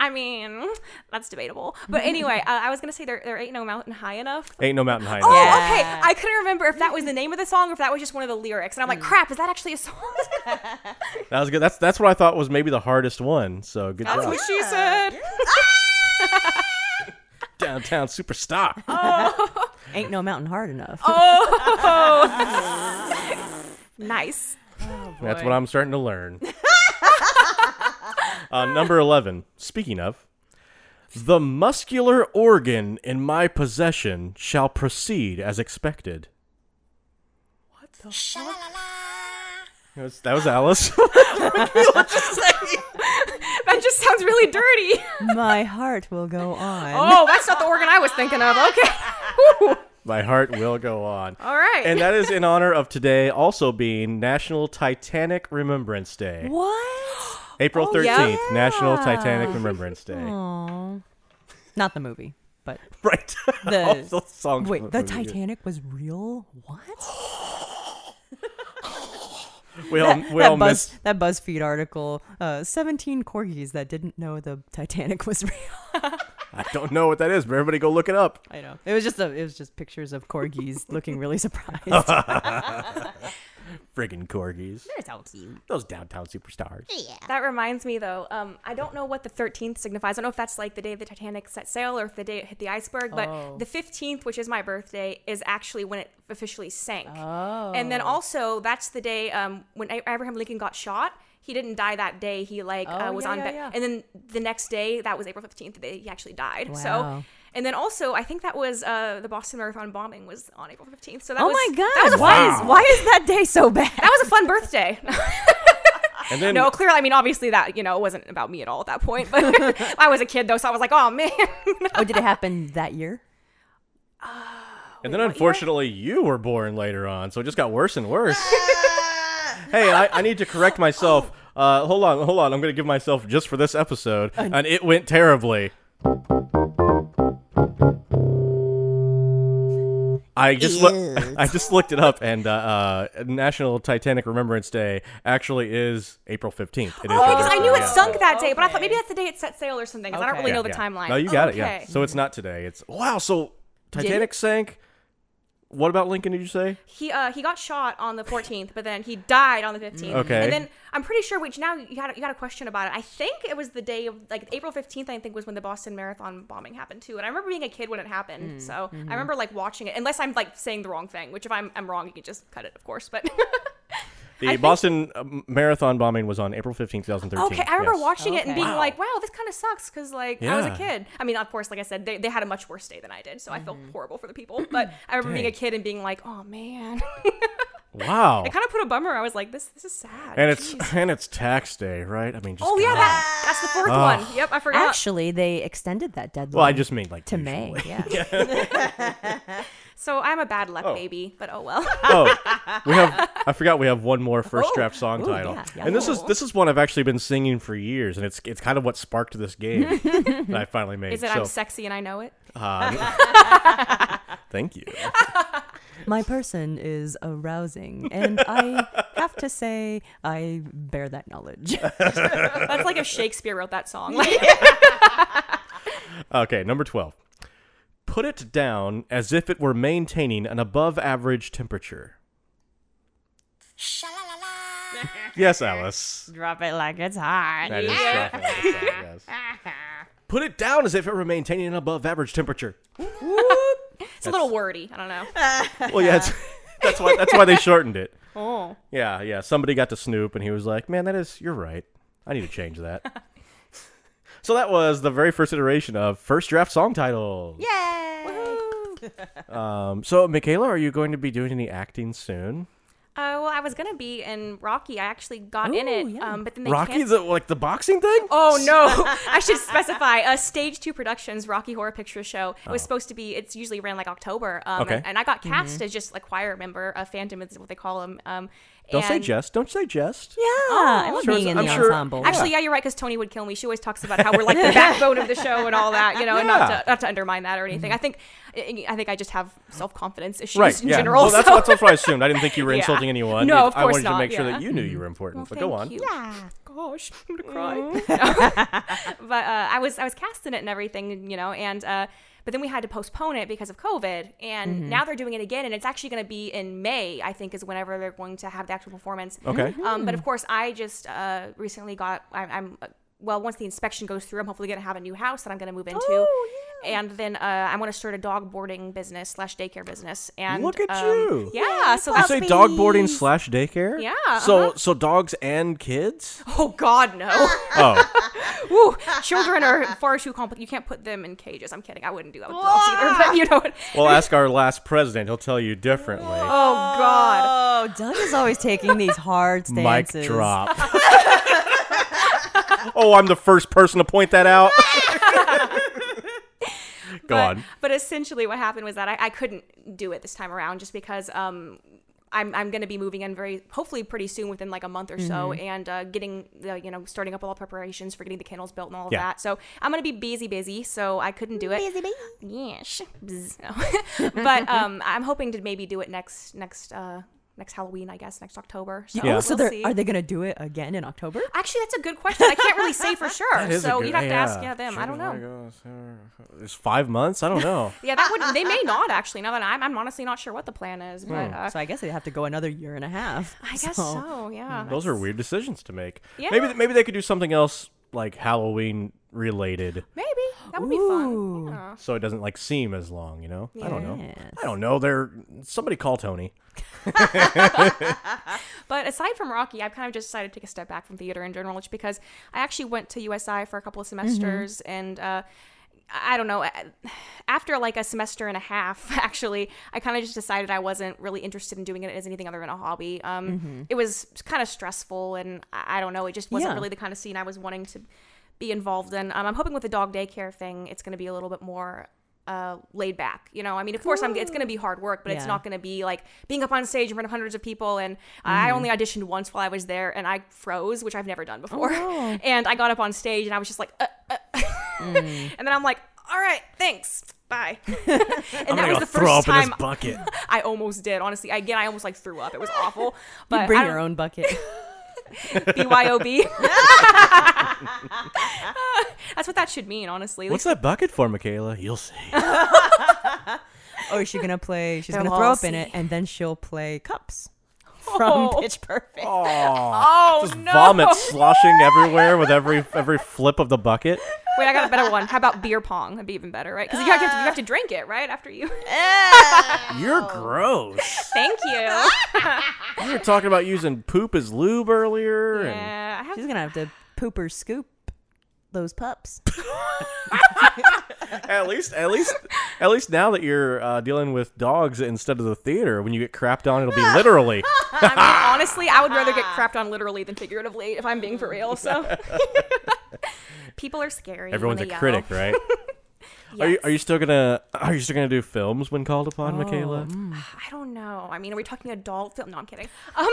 Speaker 1: I mean, that's debatable. But *laughs* anyway, uh, I was gonna say there, there ain't no mountain high enough.
Speaker 3: Ain't no mountain high
Speaker 1: Oh,
Speaker 3: enough.
Speaker 1: okay. I couldn't remember if that was the name of the song or if that was just one of the lyrics, and I'm like, crap, is that actually a song? *laughs*
Speaker 3: That was good. That's that's what I thought was maybe the hardest one. So good
Speaker 1: that's
Speaker 3: job.
Speaker 1: what she said.
Speaker 3: Downtown superstar.
Speaker 1: *laughs*
Speaker 2: Ain't no mountain hard enough.
Speaker 1: Nice.
Speaker 3: That's what I'm starting to learn. *laughs* uh, number 11. Speaking of, the muscular organ in my possession shall proceed as expected. What the fuck? That was, that was Alice. *laughs*
Speaker 1: That just sounds really dirty.
Speaker 2: my heart will *laughs* go on.
Speaker 1: oh, that's not the organ I was thinking of. Okay.
Speaker 3: my heart will go on.
Speaker 1: *laughs* All right.
Speaker 3: And that is in honor of today also being National Titanic Remembrance Day.
Speaker 2: What?
Speaker 3: April 13th,
Speaker 1: yeah.
Speaker 3: National Titanic Remembrance Day.
Speaker 2: Aw. Not the movie, but
Speaker 3: *laughs* Right.
Speaker 2: The-
Speaker 3: *laughs* All the songs
Speaker 2: wait,
Speaker 3: from
Speaker 2: the
Speaker 3: movie.
Speaker 2: Titanic was real? What?
Speaker 3: We all, we all
Speaker 2: that,
Speaker 3: miss.
Speaker 2: Buzz, that BuzzFeed article, uh, 17 corgis that didn't know the Titanic was *laughs* real.
Speaker 3: I don't know what that is, but everybody go look it up.
Speaker 2: I know. It was just a, it was just pictures of *laughs* corgis looking really *laughs* surprised.
Speaker 3: Friggin' corgis.
Speaker 2: They're so cute.
Speaker 3: Those downtown superstars.
Speaker 1: That reminds me, though. Um, I don't know what the 13th signifies. I don't know if that's like the day the Titanic set sail or if the day it hit the iceberg. But the 15th, which is my birthday, is actually when it officially sank. Oh. And then also, that's the day um, when A- Abraham Lincoln got shot. He didn't die that day. He like uh,
Speaker 2: Oh,
Speaker 1: was
Speaker 2: yeah,
Speaker 1: on
Speaker 2: yeah,
Speaker 1: bed,
Speaker 2: yeah.
Speaker 1: and then the next day, that was April 15th, the day he actually died. So.
Speaker 2: Wow.
Speaker 1: And then also, I think that was uh, the Boston Marathon bombing was on April 15th. So that
Speaker 2: Oh
Speaker 1: was,
Speaker 2: my god!
Speaker 1: that was a
Speaker 2: why
Speaker 1: fun,
Speaker 2: is why is *laughs* that day so bad?
Speaker 1: that was a fun birthday.
Speaker 3: And then
Speaker 1: No, clearly, I mean, obviously, that you know wasn't about me at all at that point. But *laughs* I was a kid though, so I was like, oh man. *laughs*
Speaker 2: oh, did it happen that year?
Speaker 3: and then unfortunately you were born later on, so it just got worse and
Speaker 1: *laughs*
Speaker 3: worse. *laughs* hey, I, I need to correct myself. Uh, hold on, hold on. I'm gonna give myself just for this episode, and it went terribly. I just loo- *laughs* I just looked it up, and uh, uh, National Titanic Remembrance Day actually is April 15th. It is
Speaker 1: Oh,
Speaker 3: April
Speaker 1: because I knew
Speaker 3: 15th,
Speaker 1: it
Speaker 3: yeah.
Speaker 1: sunk that day, but I thought maybe that's the day it set sail or something. Because I don't
Speaker 2: Okay.
Speaker 1: really
Speaker 3: Yeah,
Speaker 1: know the
Speaker 3: yeah.
Speaker 1: timeline.
Speaker 3: No, you got it.
Speaker 1: Okay.
Speaker 3: Yeah. So it's not today. It's wow. So Titanic sank. What about Lincoln? Did you say?
Speaker 1: He uh, he got shot on the 14th, but then he died on the 15th.
Speaker 3: Okay.
Speaker 1: And then I'm pretty sure, which now you got you got a question about it. I think it was the day of like April 15th. I think was when the Boston Marathon bombing happened too. And I remember being a kid when it happened, so I remember like watching it. Unless I'm like saying the wrong thing, which if I'm I'm wrong, you can just cut it, of course.
Speaker 3: *laughs*
Speaker 1: But
Speaker 3: The Boston um, Marathon bombing was on April fifteenth, two 2013.
Speaker 1: Okay, I remember
Speaker 3: Yes.
Speaker 1: watching it and
Speaker 2: Okay.
Speaker 1: being like, "Wow, this kind of sucks." Because like I was a
Speaker 3: Yeah.
Speaker 1: kid. I mean, of course, like I said, they, they had a much
Speaker 3: *clears throat*
Speaker 1: worse day than I did, so I felt horrible for the people. But I remember being a
Speaker 3: Dang.
Speaker 1: kid and being like, "Oh man."
Speaker 3: Wow.
Speaker 1: It kind of put a bummer. I was like, this this is sad.
Speaker 3: And it's
Speaker 1: Jeez.
Speaker 3: and it's tax day, right? I mean, just
Speaker 1: oh yeah,
Speaker 3: kinda-
Speaker 1: that, that's the fourth one. Yep, I forgot.
Speaker 2: Actually, they extended that deadline.
Speaker 3: Well, I just mean like
Speaker 2: to
Speaker 3: usually.
Speaker 2: May. *laughs* Yeah.
Speaker 1: so I'm a bad luck
Speaker 3: Oh.
Speaker 1: baby, but oh well.
Speaker 3: *laughs* oh,
Speaker 1: *laughs*
Speaker 3: we have. I forgot we have one more first
Speaker 1: Oh,
Speaker 3: draft song
Speaker 2: Ooh,
Speaker 3: title,
Speaker 2: yeah, yeah.
Speaker 3: and this is this is one I've actually been singing for years, and it's it's kind of what sparked
Speaker 1: *laughs*
Speaker 3: this game that I finally made.
Speaker 1: is it
Speaker 3: so,
Speaker 1: I'm sexy and I
Speaker 3: *laughs*
Speaker 1: know it?
Speaker 3: thank you.
Speaker 2: My person is arousing, and I have to say, I bear that knowledge. *laughs*
Speaker 1: That's like if Shakespeare wrote that song. Like,
Speaker 3: Okay, number twelve. Put it down as if it were maintaining an above average temperature.
Speaker 4: Sha-la-la-la.
Speaker 3: Yes, Alice.
Speaker 2: Drop it like it's hot.
Speaker 3: That is shocking. That's shocking, yes. Put it down as if it were maintaining an above average temperature.
Speaker 1: it's *laughs* a little wordy. I don't
Speaker 2: *laughs*
Speaker 1: know.
Speaker 3: Well, yeah, it's, *laughs* that's why that's why they shortened it.
Speaker 1: *laughs* Oh,
Speaker 3: Yeah, yeah. Somebody got to Snoop, and he was like, "Man, that is you're right. I need to
Speaker 1: *laughs*
Speaker 3: change that." so that was the very first iteration of first draft song titles. Yeah. Um, so, Michaela, are you going to be doing any acting soon?
Speaker 1: uh, well, I was gonna be in Rocky. I actually got in
Speaker 2: Ooh,
Speaker 1: it,
Speaker 2: yeah.
Speaker 1: um, but then they
Speaker 3: Rocky,
Speaker 1: canceled-
Speaker 3: the like the boxing thing?
Speaker 1: Oh
Speaker 3: *laughs*
Speaker 1: no! *laughs* I should specify. Uh, Stage Two Productions, Rocky Horror Picture Show. It was supposed to be. It's usually ran like October. Um,
Speaker 3: Oh. Okay.
Speaker 1: And, and I got
Speaker 2: Mm-hmm.
Speaker 1: cast as just a choir member. A phantom is what they call him. Um,
Speaker 3: Don't say
Speaker 1: and-
Speaker 3: jest. Don't say jest.
Speaker 2: Yeah, I love
Speaker 3: Sure,
Speaker 2: being in
Speaker 3: I'm
Speaker 2: the
Speaker 3: sure-
Speaker 2: ensemble.
Speaker 1: Actually, yeah, you're right. Because Tony would kill me. She always talks about how we're
Speaker 3: *laughs*
Speaker 1: like the backbone of the show and all that. You know, and not
Speaker 3: Yeah. Mm-hmm.
Speaker 1: to, not to undermine that or anything. I think, I I think I just have self confidence issues
Speaker 3: Right.
Speaker 1: in
Speaker 3: yeah.
Speaker 1: general.
Speaker 3: well, that's,
Speaker 1: so.
Speaker 3: that's what I assumed. I didn't think you
Speaker 1: *laughs*
Speaker 3: were
Speaker 1: Yeah.
Speaker 3: insulting anyone.
Speaker 1: No,
Speaker 3: It-
Speaker 1: of
Speaker 3: I
Speaker 1: course
Speaker 3: wanted
Speaker 1: not,
Speaker 3: to make sure
Speaker 1: yeah.
Speaker 3: that you knew you were important. but
Speaker 1: thank
Speaker 3: go on.
Speaker 1: you. Gosh, *laughs* I'm gonna cry. *laughs* but uh, I was I was casting it and everything, you know, and uh, but then we had to postpone it because of COVID, and now they're doing it again, and it's actually going to be in May, I think, is whenever they're going to have the actual performance.
Speaker 3: Okay.
Speaker 1: Um, but of course, I just uh, recently got I, I'm uh, well once the inspection goes through, I'm hopefully going to have a new house that I'm going to move into. And then uh, I want to start a dog boarding business slash daycare business. And
Speaker 3: Look at
Speaker 1: um,
Speaker 3: you.
Speaker 1: Yeah. So *laughs*
Speaker 3: You
Speaker 1: that's
Speaker 3: say dog boarding slash daycare?
Speaker 1: Yeah, uh-huh.
Speaker 3: So so dogs and kids?
Speaker 1: *laughs* oh God *laughs* no.
Speaker 3: Oh.
Speaker 1: Woo, children
Speaker 2: *laughs*
Speaker 1: are far too complicated. You can't put them in cages. I'm kidding. I wouldn't do that with dogs either. But you know what?
Speaker 3: Well, ask our last president. He'll tell you differently.
Speaker 1: Oh God.
Speaker 2: oh, Doug is always taking these *laughs* hard
Speaker 3: Mic
Speaker 1: *laughs*
Speaker 2: stances.
Speaker 3: drop. oh, I'm the first person to point
Speaker 1: *laughs*
Speaker 3: that out. Go
Speaker 1: but,
Speaker 3: on.
Speaker 1: but essentially, what happened was that I, I couldn't do it this time around, just because um. I'm, I'm going to be moving in very hopefully pretty soon within like a month or so
Speaker 2: Mm-hmm.
Speaker 1: and uh, getting the you know starting up all the preparations for getting the kennels built and all of
Speaker 3: Yeah.
Speaker 1: that so i'm going to be busy busy so i couldn't do it
Speaker 7: Busy bee.
Speaker 1: Yeesh. Bzz. *laughs* No.
Speaker 2: *laughs*
Speaker 1: but um, I'm hoping to maybe do it next next uh, next Halloween, I guess, next October. So,
Speaker 3: Yeah.
Speaker 2: Oh, so
Speaker 1: we'll
Speaker 2: they're,
Speaker 1: see.
Speaker 2: are they going to do it again in October?
Speaker 1: Actually, that's a good question. I can't really say
Speaker 3: *laughs*
Speaker 1: for sure.
Speaker 3: That is a
Speaker 1: so
Speaker 3: good-
Speaker 1: you'd have to ask yeah them. I don't know.
Speaker 3: It's five months. I don't know.
Speaker 1: Yeah, that would.
Speaker 3: *laughs*
Speaker 1: They may not actually. Now that I'm, I'm honestly not sure what the plan is.
Speaker 3: Hmm.
Speaker 1: But uh,
Speaker 2: So I guess they have to go another year and a half. *laughs*
Speaker 1: I guess so. yeah.
Speaker 3: hmm, Those are weird decisions to make.
Speaker 1: Yeah.
Speaker 3: Maybe maybe they could do something else like Halloween related,
Speaker 1: Maybe that would be fun.
Speaker 2: Ooh.
Speaker 1: Yeah.
Speaker 3: so it doesn't like seem as long. You know. I don't know.
Speaker 2: Yes.
Speaker 3: I don't know. They're somebody call Tony.
Speaker 1: But aside from Rocky, I've kind of just decided to take a step back from theater in general, just because I actually went to USI for a couple of
Speaker 3: Mm-hmm.
Speaker 1: semesters and. Uh, I I don't know. a- After like a semester and a half, *laughs* actually, I kind of just decided I wasn't really interested in doing it as anything other than a hobby. Um,
Speaker 3: Mm-hmm.
Speaker 1: It was kind of stressful, and I I don't know. It just wasn't
Speaker 2: Yeah.
Speaker 1: really the kind of scene I was wanting to be involved in. Um, I'm hoping with the dog daycare thing, it's going to be a little bit more uh, laid back. You know, I mean, of course, I'm, it's going to be hard work, but it's
Speaker 2: Yeah.
Speaker 1: not going to be like being up on stage in front of hundreds of people. And I
Speaker 2: Mm-hmm.
Speaker 1: only auditioned once while I was there, and I froze, which I've never done
Speaker 2: Oh,
Speaker 1: before. *laughs* and I got up on stage, and I was just like, uh, uh.
Speaker 2: Mm.
Speaker 1: *laughs* and then I'm like, all right, thanks.
Speaker 2: *laughs*
Speaker 1: Bye. and that was the first time
Speaker 3: bucket.
Speaker 1: *laughs* I almost did. Honestly, again, I almost like threw up. It was
Speaker 2: *laughs*
Speaker 1: awful. But
Speaker 2: Bring
Speaker 1: I don't-
Speaker 2: your
Speaker 1: *laughs*
Speaker 2: own bucket. *laughs*
Speaker 3: *laughs*
Speaker 1: BYOB. That's what that should mean, honestly.
Speaker 3: What's that bucket for, Michaela? You'll see.
Speaker 2: or Oh, is she going to play? She's
Speaker 1: They'll
Speaker 2: going to throw
Speaker 1: all
Speaker 2: up in it,
Speaker 1: see.
Speaker 2: and then she'll play cups from
Speaker 1: Oh.
Speaker 2: *laughs* Pitch Perfect.
Speaker 1: *laughs* oh
Speaker 3: *laughs* Just
Speaker 1: no! *laughs*
Speaker 3: vomit sloshing everywhere with every every flip of the bucket.
Speaker 1: Wait, I got a better one. How about beer pong? That'd be even better, right? Because you, have to- you have to drink it right after
Speaker 3: *laughs*
Speaker 1: you.
Speaker 3: You're gross.
Speaker 1: Thank you.
Speaker 3: You were talking about using poop as lube earlier, and
Speaker 1: Yeah, I have
Speaker 2: She's going to have to poop or scoop.
Speaker 1: *laughs*
Speaker 2: those pups.
Speaker 3: At least, at least, at least now that you're uh, dealing with dogs instead of the theater, when you get crapped on,
Speaker 1: *laughs*
Speaker 3: it'll be literally.
Speaker 1: I
Speaker 3: Ah.
Speaker 1: mean, honestly, I would rather get crapped on literally than figuratively if I'm being for real.
Speaker 3: *laughs*
Speaker 1: So people are scary. when
Speaker 3: Everyone's
Speaker 1: they
Speaker 3: a
Speaker 1: yell.
Speaker 3: critic,
Speaker 1: *laughs*
Speaker 3: right? Are you are you still gonna are you still gonna do films when called
Speaker 1: Oh,
Speaker 3: upon, Michaela?
Speaker 1: I don't know. I mean, are we talking adult film? No, I'm kidding.
Speaker 3: *laughs*
Speaker 1: Um,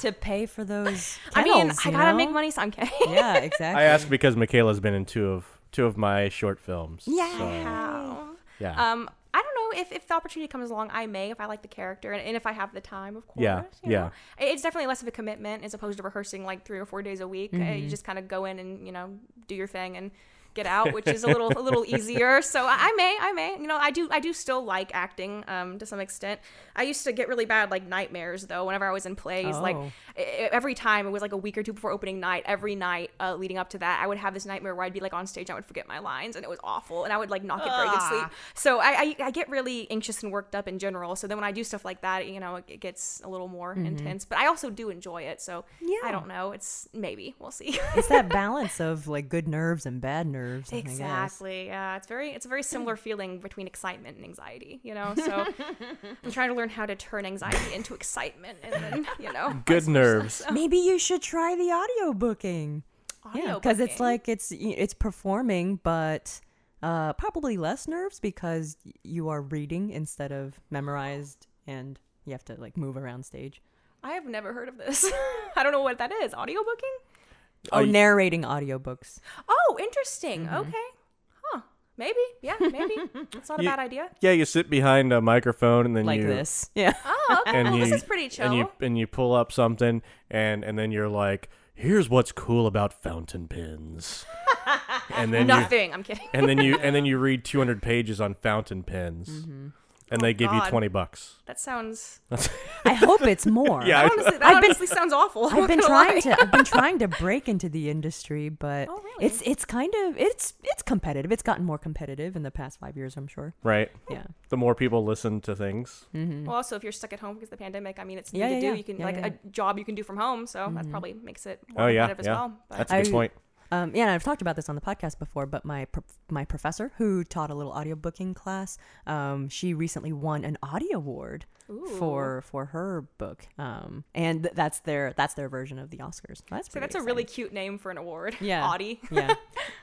Speaker 2: to pay for *laughs* those.
Speaker 1: I mean,
Speaker 2: kennels,
Speaker 1: I
Speaker 2: you
Speaker 1: gotta
Speaker 2: know?
Speaker 1: make money, so I'm kidding. *laughs*
Speaker 2: Yeah, exactly.
Speaker 3: I ask because Michaela's been in two of two of my short films. Yeah.
Speaker 1: Wow.
Speaker 3: yeah.
Speaker 1: Um, I don't know if, if the opportunity comes along, I may if I like the character and, and if I have the time, of course.
Speaker 3: Yeah,
Speaker 1: you
Speaker 3: yeah.
Speaker 1: know. I- It's definitely less of a commitment as opposed to rehearsing like three or four days a week. Uh,
Speaker 3: Mm-hmm.
Speaker 1: you just kind of go in and you know do your thing and get out, which is a little
Speaker 3: *laughs*
Speaker 1: a little easier. So I, I may, I may, you know, I do I do still like acting um, to some extent. I used to get really bad like nightmares though whenever I was in plays. Like
Speaker 2: Oh.
Speaker 1: e- e- every time it was like a week or two before opening night. Every night uh, leading up to that, I would have this nightmare where I'd be like on stage, and I would forget my lines, and it was awful, and I would like not get very good sleep. So I, I I get really anxious and worked up in general. So then when I do stuff like that, you know, it, it gets a little more
Speaker 2: Mm-hmm.
Speaker 1: intense. But I also do enjoy it. So I don't know. It's maybe we'll
Speaker 2: *laughs*
Speaker 1: see.
Speaker 2: it's that balance of like good nerves and bad nerves. I guess.
Speaker 1: Exactly. Yeah, it's very it's a very
Speaker 2: *laughs*
Speaker 1: similar feeling between excitement and anxiety. You know, so I'm trying to learn how to turn anxiety into excitement, and then you know, *laughs*
Speaker 3: Good nerves.
Speaker 2: Maybe you should try the audio booking. Yeah, because it's
Speaker 1: audiobooking.
Speaker 2: like it's y- it's performing, but uh, probably less nerves because y- you are reading instead of memorized, and you have to like move around stage.
Speaker 1: I have never heard of this. I don't know what that is. Audio booking?
Speaker 2: Oh, narrating audiobooks.
Speaker 1: Oh, interesting. Okay. Huh. Maybe. Yeah, maybe. It's not a
Speaker 3: *laughs* You-
Speaker 1: bad idea.
Speaker 3: Yeah, you sit behind a microphone and then
Speaker 2: Like
Speaker 3: you
Speaker 2: this. *laughs* Yeah.
Speaker 1: Oh, okay.
Speaker 3: and
Speaker 1: well, *laughs*
Speaker 3: you,
Speaker 1: this is pretty chill.
Speaker 3: And you and you pull up something and and then you're like, here's what's cool about fountain
Speaker 1: *laughs*
Speaker 3: pens. and then you,
Speaker 1: Nothing. I'm kidding.
Speaker 3: and
Speaker 1: *laughs*
Speaker 3: then you and then you read 200 pages on fountain pens,
Speaker 2: Mm-hmm.
Speaker 3: and they give
Speaker 1: Oh, God.
Speaker 3: you 20 bucks.
Speaker 1: That sounds
Speaker 2: I hope it's *laughs* more.
Speaker 3: Yeah, I-
Speaker 1: honestly. That
Speaker 2: I've been-
Speaker 1: honestly sounds awful. I'm
Speaker 2: I've
Speaker 1: not
Speaker 2: been
Speaker 1: gonna
Speaker 2: trying
Speaker 1: lie.
Speaker 2: to I've been trying to break into the industry, but
Speaker 1: Oh, really?
Speaker 2: it's it's kind of it's it's competitive. It's gotten more competitive in the past five years, I'm sure.
Speaker 3: right.
Speaker 2: Yeah.
Speaker 3: The more people listen to things,
Speaker 1: Well, also, if you're stuck at home because of the pandemic, I mean, it's new
Speaker 2: Yeah,
Speaker 1: to
Speaker 2: yeah,
Speaker 1: do.
Speaker 2: yeah.
Speaker 1: You can
Speaker 2: Yeah,
Speaker 1: like
Speaker 2: yeah,
Speaker 1: a job you can do from home, so that probably makes it more
Speaker 3: oh yeah,
Speaker 1: competitive as
Speaker 3: yeah,
Speaker 1: well. But
Speaker 3: that's a good
Speaker 2: I-
Speaker 3: point.
Speaker 2: Um, yeah, and I've talked about this on the podcast before, but my pro- my professor who taught a little audio booking class, um, she recently won an audio award for for her book, um, and th- that's their that's their version of the Oscars. That's
Speaker 1: so that's a really cute name for an award.
Speaker 2: yeah
Speaker 1: Audie. *laughs*
Speaker 2: yeah.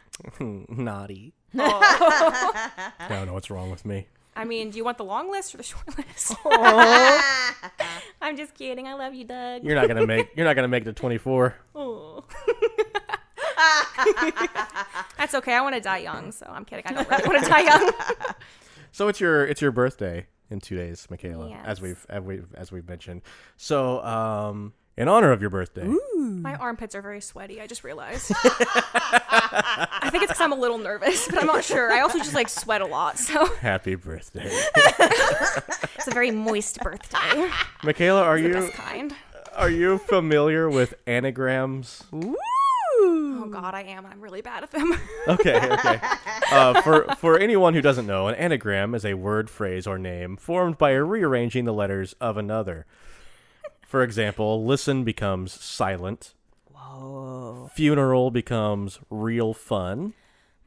Speaker 3: *laughs* Naughty. I don't know what's wrong with me.
Speaker 1: Oh. I mean, do you want the long list or the short list? *laughs* I'm just kidding. I love you, Doug.
Speaker 3: You're not gonna make. You're not gonna make the 24.
Speaker 1: Oh. *laughs* That's okay. I want to die young, so I'm kidding. I don't really want to die
Speaker 2: *laughs*
Speaker 1: young.
Speaker 3: So it's your it's your birthday in two days, Michaela,
Speaker 1: Yes.
Speaker 3: as we've as we've as we've mentioned. So um, in honor of your birthday,
Speaker 1: My armpits are very sweaty. I just realized. I think it's because I'm a little nervous, but I'm not sure. I also just like sweat a lot, so *laughs*
Speaker 3: happy birthday,
Speaker 1: it's a very moist
Speaker 2: *laughs*
Speaker 1: birthday.
Speaker 3: Michaela. Are
Speaker 1: The
Speaker 3: you
Speaker 1: best kind.
Speaker 3: are you familiar with
Speaker 1: *laughs*
Speaker 3: anagrams?
Speaker 1: Oh God, I am. and I'm really bad at
Speaker 2: *laughs*
Speaker 1: them.
Speaker 3: Okay, okay. Uh, for for anyone who doesn't know, an anagram is a word, phrase, or name formed by rearranging the letters of another. For example, listen becomes silent. Whoa.
Speaker 1: Oh.
Speaker 3: Funeral becomes real fun.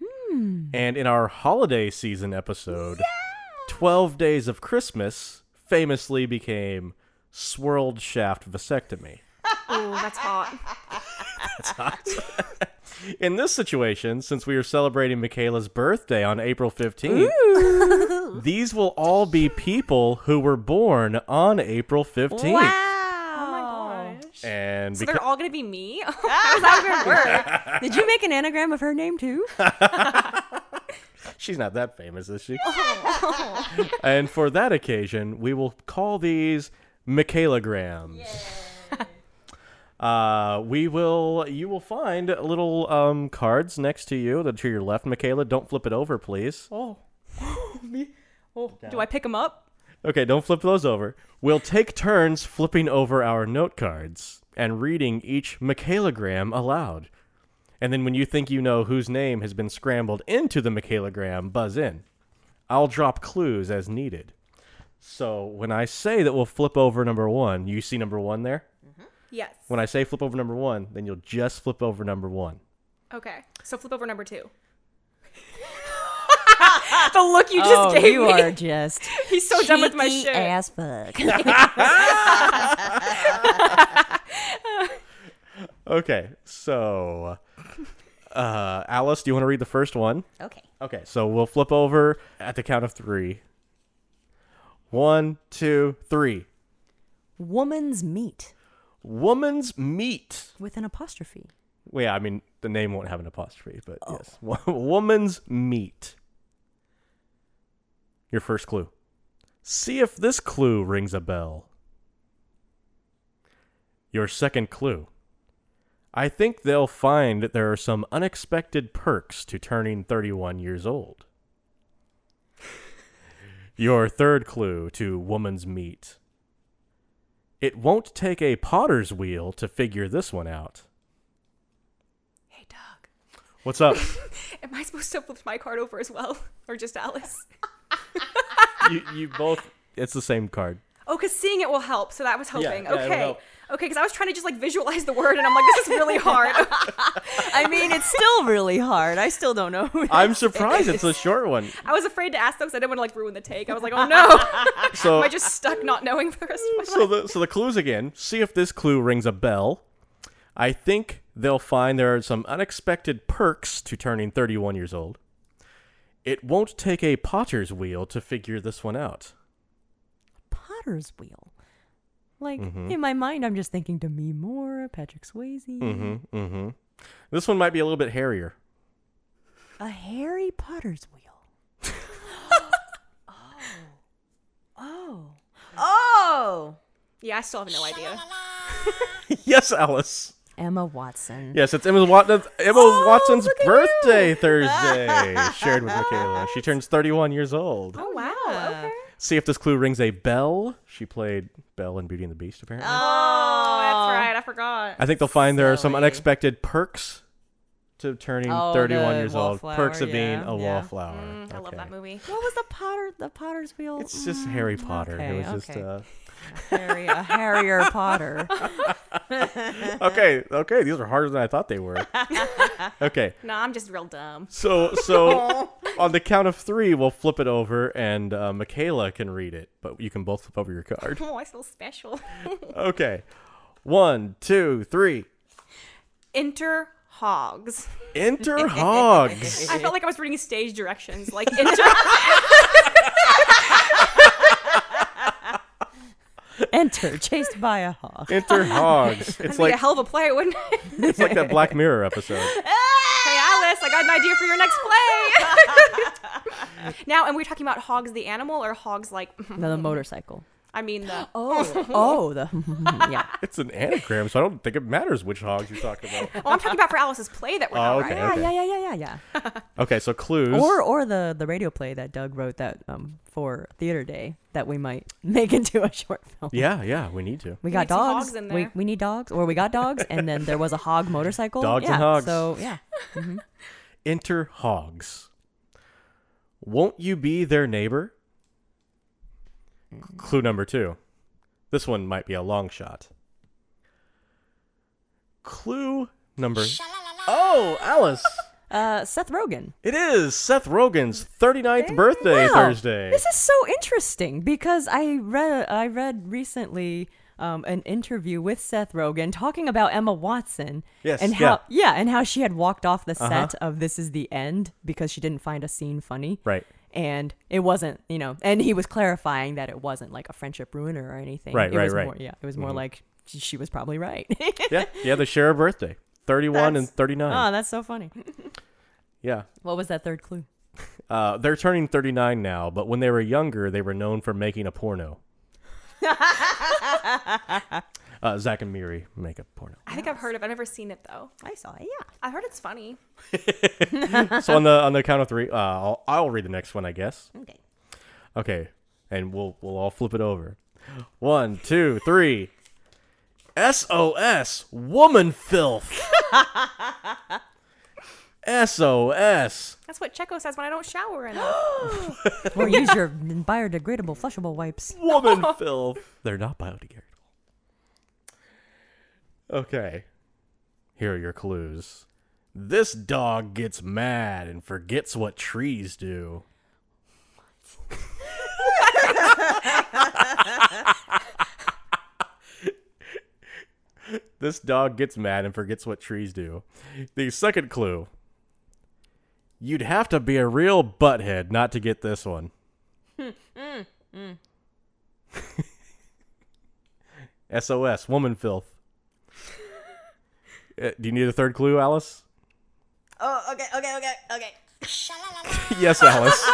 Speaker 1: Hmm.
Speaker 3: And in our holiday season episode, Twelve Days of Christmas famously became swirled shaft vasectomy.
Speaker 1: Ooh, that's hot.
Speaker 3: In this situation, since we are celebrating Michaela's birthday on April
Speaker 1: *laughs*
Speaker 3: 15th, *laughs* these will all be people who were born on April 15th.
Speaker 1: Oh my gosh.
Speaker 3: And
Speaker 1: So
Speaker 3: because
Speaker 1: they're all gonna be me. *laughs* How does that even work? *laughs*
Speaker 2: Did you make an anagram of her name too?
Speaker 1: Oh,
Speaker 3: she's not that famous, is she? and for that occasion, we will call these Michaelagrams. Uh, we will. You will find little um, cards next to you that to your left, Michaela. Don't flip it over, please.
Speaker 1: Do I pick them up? *laughs*
Speaker 3: Okay, don't flip those over. We'll take turns flipping over our note cards and reading each Michaelagram aloud. And then when you think you know whose name has been scrambled into the Michaelagram, buzz in. I'll drop clues as needed. So when I say that we'll flip over number one, you see number one there?
Speaker 1: Yes.
Speaker 3: When I say flip over number one, then you'll just flip over number one.
Speaker 1: Okay. So flip over number
Speaker 2: *laughs*
Speaker 1: two. *laughs* the look you just
Speaker 2: oh,
Speaker 1: gave
Speaker 2: you
Speaker 1: me.
Speaker 2: are just
Speaker 1: *laughs* He's so done with my
Speaker 2: cheeky
Speaker 1: shit. *laughs*
Speaker 2: ass fuck.
Speaker 3: Okay, so uh, Alice, do you want to read the first one?
Speaker 2: okay.
Speaker 3: Okay, so we'll flip over at the count of three. One, two, three.
Speaker 2: Woman's meat
Speaker 3: Woman's meat.
Speaker 2: with an apostrophe.
Speaker 3: Well, yeah, I mean the name won't have an apostrophe, but yes, *laughs* Wo- woman's meat. Your first clue. See if this clue rings a bell. Your second clue. I think they'll find that there are some unexpected perks to turning 31 years old. Your third clue to woman's meat. It won't take a potter's wheel to figure this one out.
Speaker 1: Hey, Doug.
Speaker 3: What's up?
Speaker 1: Am I supposed to flip my card over as well? *laughs* Or just Alice?
Speaker 3: you, you both. It's the same card.
Speaker 1: Oh, because seeing it will help. So that was hoping.
Speaker 3: yeah, it will
Speaker 1: okay.
Speaker 3: help.
Speaker 1: Okay, because I was trying to just like visualize the word and I'm like, this is really hard. *laughs*
Speaker 2: I mean, it's still really hard. I still don't know. who it
Speaker 3: I'm
Speaker 2: is.
Speaker 3: surprised it's a short one.
Speaker 1: I was afraid to ask though because I didn't want to like ruin the take. I was like, oh
Speaker 3: *laughs*
Speaker 1: no. Am
Speaker 3: So,
Speaker 1: I just stuck not knowing the rest of my
Speaker 3: so the so the clues again. See if this clue rings a bell. I think they'll find there are some unexpected perks to turning 31 years old. It won't take a potter's wheel to figure this one out.
Speaker 2: *laughs* Potter's wheel. Like in my mind, I'm just thinking Demi Moore, Patrick Swayze,
Speaker 3: Mm-hmm. Mm-hmm. This one might be a little bit hairier.
Speaker 2: a Harry Potter's wheel. oh, oh, oh!
Speaker 1: Yeah, I still have no idea.
Speaker 3: *laughs* yes, Alice. Oh,
Speaker 2: Emma Watson.
Speaker 3: Yes, it's Emma, Wat- Emma Watson's *laughs* birthday Thursday. shared with Michaela. She turns 31 years old.
Speaker 1: Oh wow. Okay.
Speaker 3: See if this clue rings a bell. She played Belle in Beauty and the Beast,
Speaker 1: Oh,
Speaker 3: apparently.
Speaker 1: that's right. I forgot.
Speaker 3: I think they'll find there are some unexpected perks to turning
Speaker 2: Oh,
Speaker 3: 31
Speaker 2: the
Speaker 3: years old.
Speaker 2: wallflower,
Speaker 3: Perks of being
Speaker 2: yeah, Mm,
Speaker 3: a
Speaker 2: yeah.
Speaker 3: wallflower.
Speaker 1: I love
Speaker 3: Okay.
Speaker 1: that movie.
Speaker 2: What was the Potter? The Potter's wheel.
Speaker 3: It's just Harry Potter.
Speaker 2: Mm, okay,
Speaker 3: it was
Speaker 2: okay.
Speaker 3: just
Speaker 2: Harry, a Harrier
Speaker 3: *laughs*
Speaker 2: Potter.
Speaker 3: uh, okay, okay. These are harder than I thought
Speaker 2: *laughs*
Speaker 3: they were. okay,
Speaker 1: No, I'm just real dumb.
Speaker 3: so
Speaker 2: *laughs*
Speaker 3: so *laughs* on the count of three, we'll flip it over, and uh, Michaela can read it, but you can both flip over your card.
Speaker 1: *laughs*
Speaker 2: *laughs*
Speaker 1: Oh, I feel special.
Speaker 3: Okay, one, two,
Speaker 2: *laughs*
Speaker 3: three.
Speaker 1: Enter hogs.
Speaker 3: Enter hogs.
Speaker 2: *laughs*
Speaker 1: I felt like I was reading stage directions.
Speaker 3: *laughs*
Speaker 1: Like enter.
Speaker 2: Enter, chased by a hawk.
Speaker 3: Enter hogs. It's
Speaker 1: That'd be
Speaker 3: like
Speaker 1: a hell of a play, wouldn't it?
Speaker 3: it's like
Speaker 2: *laughs*
Speaker 3: that Black Mirror episode.
Speaker 1: hey, Alice, I got an idea for your next play. *laughs* now, and we're talking about hogs the animal or hogs like *laughs*
Speaker 2: Another
Speaker 3: *laughs*
Speaker 2: motorcycle.
Speaker 1: I mean *gasps* the
Speaker 2: Oh, oh, the *laughs* yeah.
Speaker 3: It's an anagram, so I don't think it matters which hogs you're talking
Speaker 2: *laughs*
Speaker 3: about.
Speaker 1: Oh, I'm talking about for Alice's play that we're
Speaker 3: Oh,
Speaker 1: not
Speaker 3: okay.
Speaker 1: writing.
Speaker 2: Yeah, yeah, yeah, yeah, yeah, yeah.
Speaker 3: Okay, so clues.
Speaker 2: Or or the the radio play that Doug wrote that um for theater day that we might *laughs* make into a short film.
Speaker 3: yeah, yeah, we need to.
Speaker 2: We got
Speaker 1: need some
Speaker 2: dogs.
Speaker 1: hogs in
Speaker 2: We
Speaker 1: there.
Speaker 2: we need dogs, or we got dogs, and then there was a hog motorcycle.
Speaker 3: Dogs and
Speaker 2: yeah,
Speaker 3: hogs.
Speaker 2: So yeah,
Speaker 3: Enter hogs. Won't you be their neighbor? Clue number two. This one might be a long shot. Clue number. Oh, Alice!
Speaker 2: uh, Seth Rogen.
Speaker 3: It is Seth Rogen's 39th birthday
Speaker 2: Wow.
Speaker 3: Thursday.
Speaker 2: This is so interesting because I read I read recently um, an interview with Seth Rogen talking about Emma Watson.
Speaker 3: Yes, Uh-huh.
Speaker 2: and how yeah. and how she had walked off the set of This Is the End because she didn't find a scene funny.
Speaker 3: Right.
Speaker 2: And it wasn't, you know, and he was clarifying that it wasn't like a friendship ruiner or anything.
Speaker 3: Right,
Speaker 2: it
Speaker 3: right,
Speaker 2: was
Speaker 3: right. Mm-hmm.
Speaker 2: More, yeah, it was more like she- she was probably right. *laughs*
Speaker 3: yeah, yeah, they share a birthday 31 and 39.
Speaker 2: oh, that's so funny.
Speaker 3: yeah.
Speaker 2: What was that third clue?
Speaker 3: Uh, they're turning 39 now, but when they were younger, they were known for making a porno. uh, Zach and Miri make a porno.
Speaker 1: I think I've heard of. it. I've never seen it though.
Speaker 2: I saw it. Yeah.
Speaker 1: I heard it's funny.
Speaker 3: So on the on the count of three, uh, I'll, I'll read the next one, I guess.
Speaker 2: Okay.
Speaker 3: Okay, and we'll we'll all flip it over. One, two, three. SOS, woman filth. SOS.
Speaker 1: That's what Checo says when I don't shower enough.
Speaker 2: *laughs* Or use your biodegradable, flushable wipes.
Speaker 3: *laughs* woman filth. They're not biodegradable. Okay. Here are your clues. This dog gets mad and forgets what trees do. this dog gets mad and forgets what trees do. The second clue. You'd have to be a real butthead not to get this one. SOS, woman filth. *laughs* Uh, do you need a third clue, Alice? *laughs*
Speaker 8: Oh, okay, okay, okay, okay.
Speaker 3: Yes, Alice.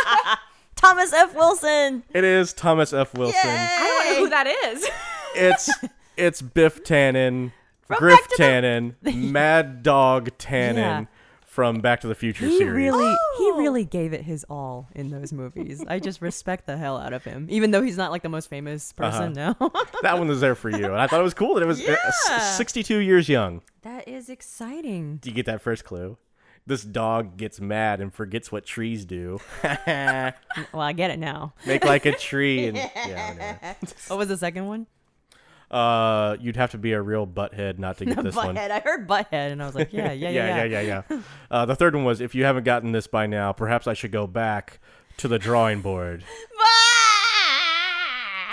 Speaker 8: Thomas F. Wilson.
Speaker 3: it is Thomas F. Wilson.
Speaker 1: I don't know who that *laughs* is.
Speaker 2: *laughs*
Speaker 3: It's it's Biff Tannen, Griff
Speaker 2: *laughs*
Speaker 3: Tannen, Mad Dog Tannen
Speaker 2: Yeah.
Speaker 3: from Back to the Future
Speaker 2: He
Speaker 3: series.
Speaker 2: really, he really gave it his all in those movies. I just respect the hell out of him, even though he's not like the most famous
Speaker 3: Uh-huh.
Speaker 2: person *laughs* now.
Speaker 3: that one was there for you, and I thought it was cool that it was uh, s- 62 years young.
Speaker 2: that is exciting.
Speaker 3: Do you get that first clue? This dog gets mad and forgets what trees do.
Speaker 2: Well, I get it now.
Speaker 3: Make like a tree,
Speaker 2: *laughs*
Speaker 3: and yeah, anyway.
Speaker 2: What was the second one?
Speaker 3: Uh, you'd have to be a real butthead not to get this one.
Speaker 2: Butthead. I heard butthead, and I was like, yeah,
Speaker 3: *laughs*
Speaker 2: yeah, yeah, yeah.
Speaker 3: yeah, yeah, yeah. yeah. uh, the third one was if you haven't gotten this by now, perhaps I should go back to the drawing board.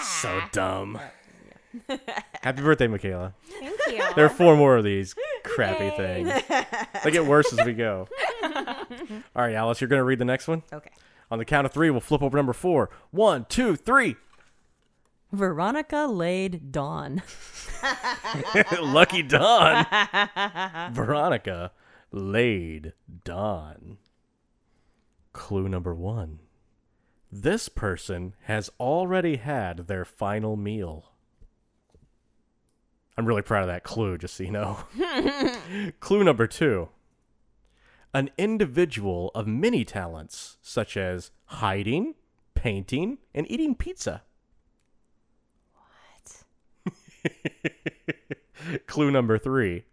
Speaker 3: so dumb. Happy birthday, Michaela.
Speaker 1: Thank you.
Speaker 3: There are four more of these crappy things. They get worse as we go. All right, Alice, you're going to read the next one?
Speaker 8: Okay.
Speaker 3: On the count of three, we'll flip over number four. One, two, three.
Speaker 2: Veronica laid Dawn.
Speaker 3: *laughs* Lucky Don. Veronica laid Don. Clue number one. This person has already had their final meal. I'm really proud of that clue, just so you know. clue number two. An individual of many talents, such as hiding, painting, and eating pizza. *laughs* Clue number three.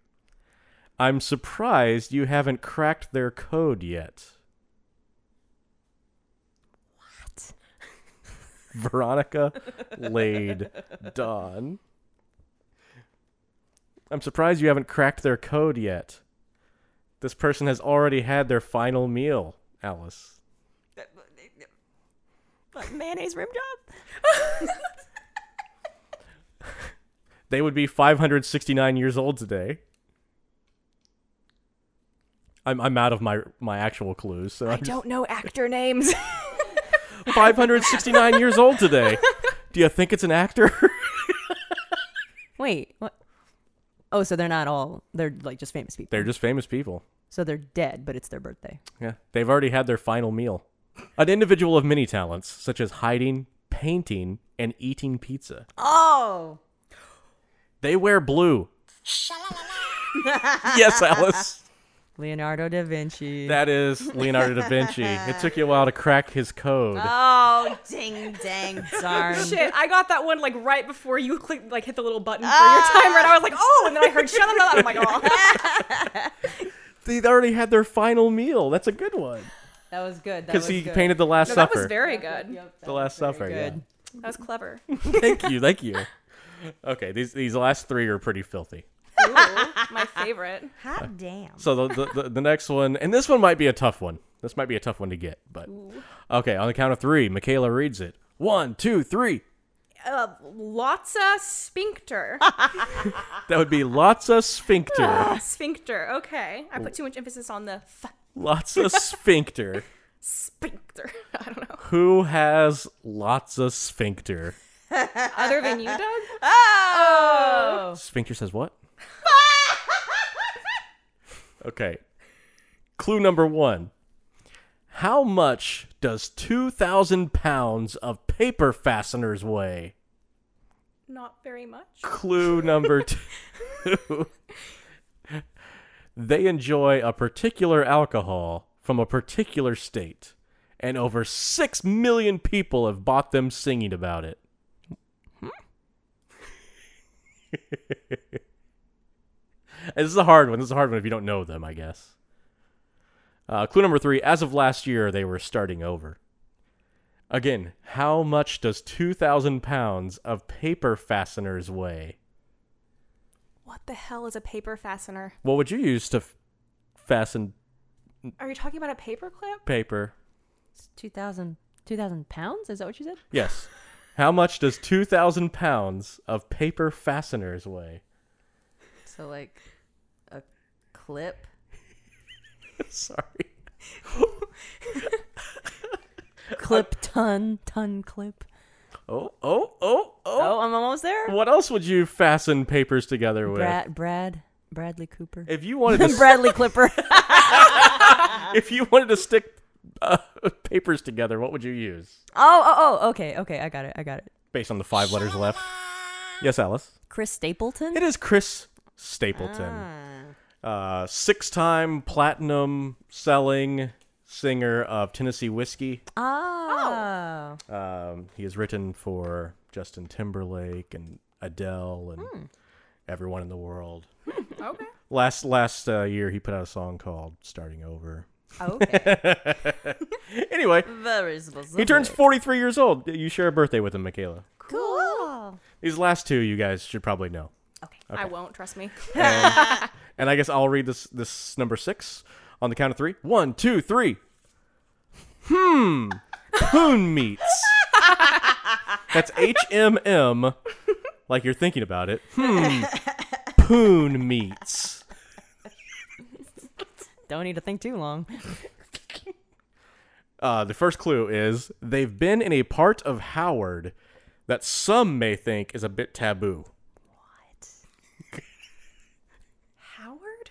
Speaker 3: I'm surprised you haven't cracked their code yet. What? *laughs* Veronica laid Dawn. I'm surprised you haven't cracked their code yet. This person has already had their final meal, Alice.
Speaker 2: *laughs* Mayonnaise rim job.
Speaker 3: They would be 569 years old today. I'm, I'm out of my my actual clues, so I'm just-
Speaker 1: don't know actor names.
Speaker 3: 569 years old today. Do you think it's an actor?
Speaker 2: Wait, what? Oh, so they're not all. They're like just famous people.
Speaker 3: *laughs* They're just famous people.
Speaker 2: so they're dead, but it's their birthday.
Speaker 3: Yeah. They've already had their final meal. An individual of many talents, such as hiding, painting, and eating pizza.
Speaker 8: Oh.
Speaker 3: They wear blue. yes, Alice.
Speaker 2: Leonardo da Vinci.
Speaker 3: That is Leonardo da Vinci. It took you a while to crack his code.
Speaker 8: Oh, ding dang darn.
Speaker 1: *laughs* Shit, I got that one like right before you click, like hit the little button for your timer, and I was like, oh, and then I heard shut up, I'm
Speaker 3: *laughs*
Speaker 1: like, oh.
Speaker 3: They already had their final meal. That's a good one.
Speaker 2: That was good. That
Speaker 3: Because
Speaker 2: was
Speaker 3: he
Speaker 2: good.
Speaker 3: painted The Last
Speaker 1: No, that
Speaker 3: Supper.
Speaker 1: was very good.
Speaker 3: the Last Supper, yeah.
Speaker 2: good.
Speaker 1: That was clever.
Speaker 3: thank you, thank you. Okay, these these last three are pretty filthy.
Speaker 1: My favorite.
Speaker 8: Hot damn.
Speaker 3: So the, the, the, the next one, and this one might be a tough one. This might be a tough one to get, but okay. On the count of three, Michaela reads it. One, two, three.
Speaker 1: Uh, Lotsa *laughs* sphincter.
Speaker 3: That would be Lotsa sphincter.
Speaker 1: *laughs* sphincter. Okay, I put too much emphasis on the f-
Speaker 3: Lotsa sphincter.
Speaker 1: sphincter. *laughs* I don't know.
Speaker 3: Who has Lotsa sphincter?
Speaker 1: Other *laughs* than you, Doug. Oh!
Speaker 3: Sphincter says what? okay. Clue number one. How much does 2,000 pounds of paper fasteners weigh?
Speaker 1: Not very much.
Speaker 3: Clue number two. they enjoy a particular alcohol from a particular state, and over 6 million people have bought them singing about it. Hmm? *laughs* this is a hard one. This is a hard one if you don't know them, I guess. Uh, clue number three as of last year, they were starting over. Again, how much does 2,000 pounds of paper fasteners weigh?
Speaker 1: What the hell is a paper fastener?
Speaker 3: What would you use to f- fastened
Speaker 1: Are you talking about a paperclip?
Speaker 3: paper.
Speaker 2: It's 2,000 2,000 pounds? Is that what you said?
Speaker 3: Yes. How much does 2,000 pounds of paper fasteners weigh?
Speaker 2: So, like, a clip?
Speaker 3: Sorry.
Speaker 2: Clip, ton, ton clip.
Speaker 3: Oh, oh, oh, oh.
Speaker 2: Oh, I'm almost there.
Speaker 3: What else would you fasten papers together with?
Speaker 2: Brad, Brad, Bradley Cooper.
Speaker 3: If
Speaker 2: *laughs*
Speaker 3: you wanted to,
Speaker 2: Bradley
Speaker 3: *laughs*
Speaker 2: Clipper. Oh,
Speaker 3: if you wanted to stick uh, *laughs* papers together, what would you use?
Speaker 2: Oh, oh, oh, okay, okay, I got it, I got it.
Speaker 3: Based on the five letters left. Yes, Alice.
Speaker 2: Chris Stapleton?
Speaker 3: It is Chris Stapleton, uh, six-time platinum selling singer of Tennessee whiskey.
Speaker 2: Oh.
Speaker 3: Um, he has written for Justin Timberlake and Adele and everyone in the world. okay. Last last uh, year, he put out a song called "Starting Over."
Speaker 8: Okay.
Speaker 3: *laughs* Anyway,
Speaker 8: Very specific.
Speaker 3: he turns 43 years old. You share a birthday with him, Michaela.
Speaker 8: cool.
Speaker 3: These last two, you guys should probably know.
Speaker 1: I won't. Trust me.
Speaker 3: And, and I guess I'll read this this number six on the count of three. One, two, three. Hmm. Coon meats. That's H M M. Like you're thinking about it. Hmm. Poon meats.
Speaker 2: Don't need to think too long.
Speaker 3: Uh, the first clue is they've been in a part of Howard that some may think is a bit taboo.
Speaker 1: Howard?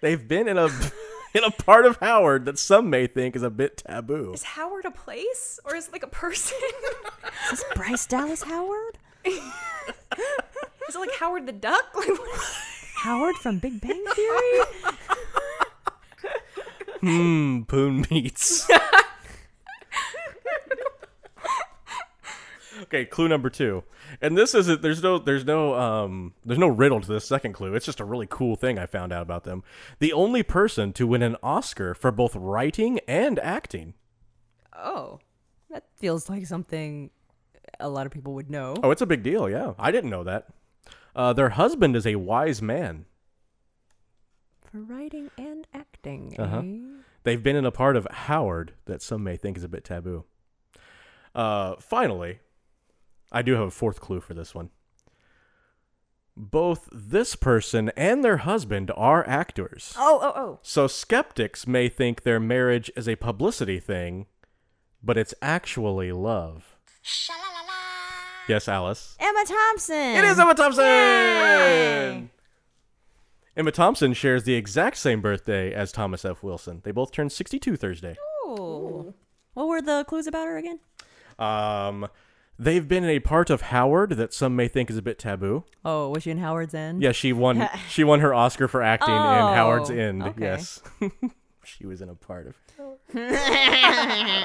Speaker 3: They've been in a *laughs* in a part of Howard that some may think is a bit taboo.
Speaker 1: Is Howard a place or is it like a *laughs* person?
Speaker 2: Is Bryce Dallas Howard?
Speaker 1: is it like Howard the Duck? *laughs* Like, what-
Speaker 2: Howard from Big *laughs* Bang Theory?
Speaker 3: Mmm, poon meats. okay, clue number two, and this is not there's no there's no um there's no riddle to this second clue. It's just a really cool thing I found out about them. The only person to win an Oscar for both writing and acting.
Speaker 2: Oh. That feels like something a lot of people would know.
Speaker 3: Oh, it's a big deal. Yeah, I didn't know that. Uh, their husband is a wise man.
Speaker 2: For writing and acting.
Speaker 3: Uh-huh.
Speaker 2: eh?
Speaker 3: They've been in a part of Howard that some may think is a bit taboo. Uh, finally, I do have a fourth clue for this one. Both this person and their husband are actors.
Speaker 8: Oh, oh, oh.
Speaker 3: So skeptics may think their marriage is a publicity thing, but it's actually love. Yes, Alice.
Speaker 8: Emma Thompson.
Speaker 3: It is Emma Thompson! Emma Thompson shares the exact same birthday as Thomas F. Wilson. They both turned 62 Thursday.
Speaker 2: What were the clues about her again?
Speaker 3: Um, they've been in a part of Howard that some may think is a bit taboo.
Speaker 2: Oh, was she in Howard's End?
Speaker 3: Yeah, she
Speaker 2: *laughs*
Speaker 3: won. she won her Oscar for acting in Howard's
Speaker 2: Oh,
Speaker 3: End.
Speaker 2: okay.
Speaker 3: Yes, *laughs* she was in a part of. *laughs* Howard.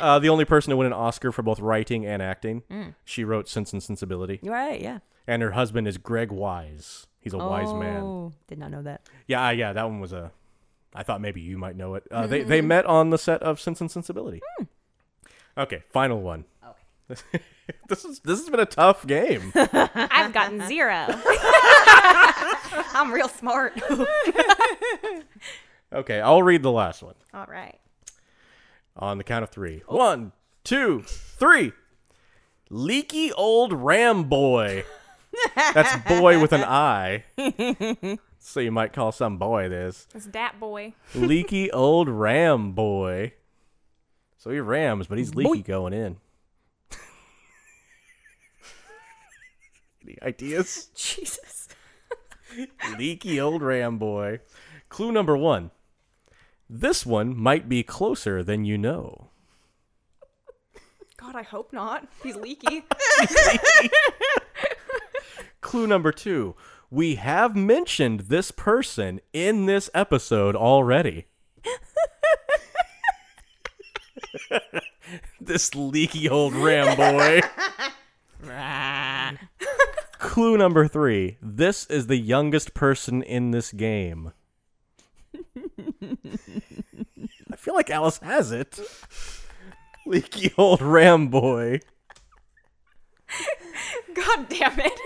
Speaker 3: uh, the only person to win an Oscar for both writing and acting.
Speaker 2: Mm.
Speaker 3: She wrote Sense and Sensibility,
Speaker 2: You're right, yeah.
Speaker 3: and her husband is Greg Wise. He's a wise man.
Speaker 2: Oh, Did not know that.
Speaker 3: Yeah, I- yeah, that one was a. I thought maybe you might know it. Uh, They
Speaker 2: Mm.
Speaker 3: they met on the set of Sense and Sensibility.
Speaker 2: Hmm.
Speaker 3: Okay, final one. Okay. *laughs* this is this has been a tough game.
Speaker 1: I've gotten *laughs* zero. I'm real smart.
Speaker 3: Okay, I'll read the last one
Speaker 1: *laughs* All right.
Speaker 3: on the count of three. One, two, three. Leaky old ram boy. That's boy with an I. so you might call some boy this.
Speaker 1: It's that boy.
Speaker 3: Leaky old ram boy. So he rams, but he's leaky going in. Any ideas?
Speaker 1: Jesus.
Speaker 3: Leaky old ram boy. Clue number one. This one might be closer than you know.
Speaker 1: God, I hope not. He's leaky.
Speaker 3: Clue number two. We have mentioned this person in this episode already. *laughs* this leaky old ram boy. Clue number three. This is the youngest person in this game. I feel like Alice has it. Leaky old ram boy.
Speaker 1: God damn it.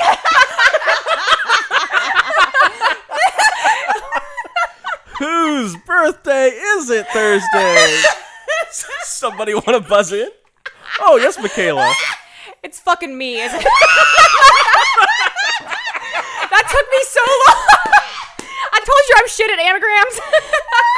Speaker 3: Whose birthday is it Thursday? *laughs* Somebody want to buzz in? Oh, yes, Michaela.
Speaker 1: It's fucking me. Isn't it? that took me so long. I told you I'm shit at anagrams. *laughs*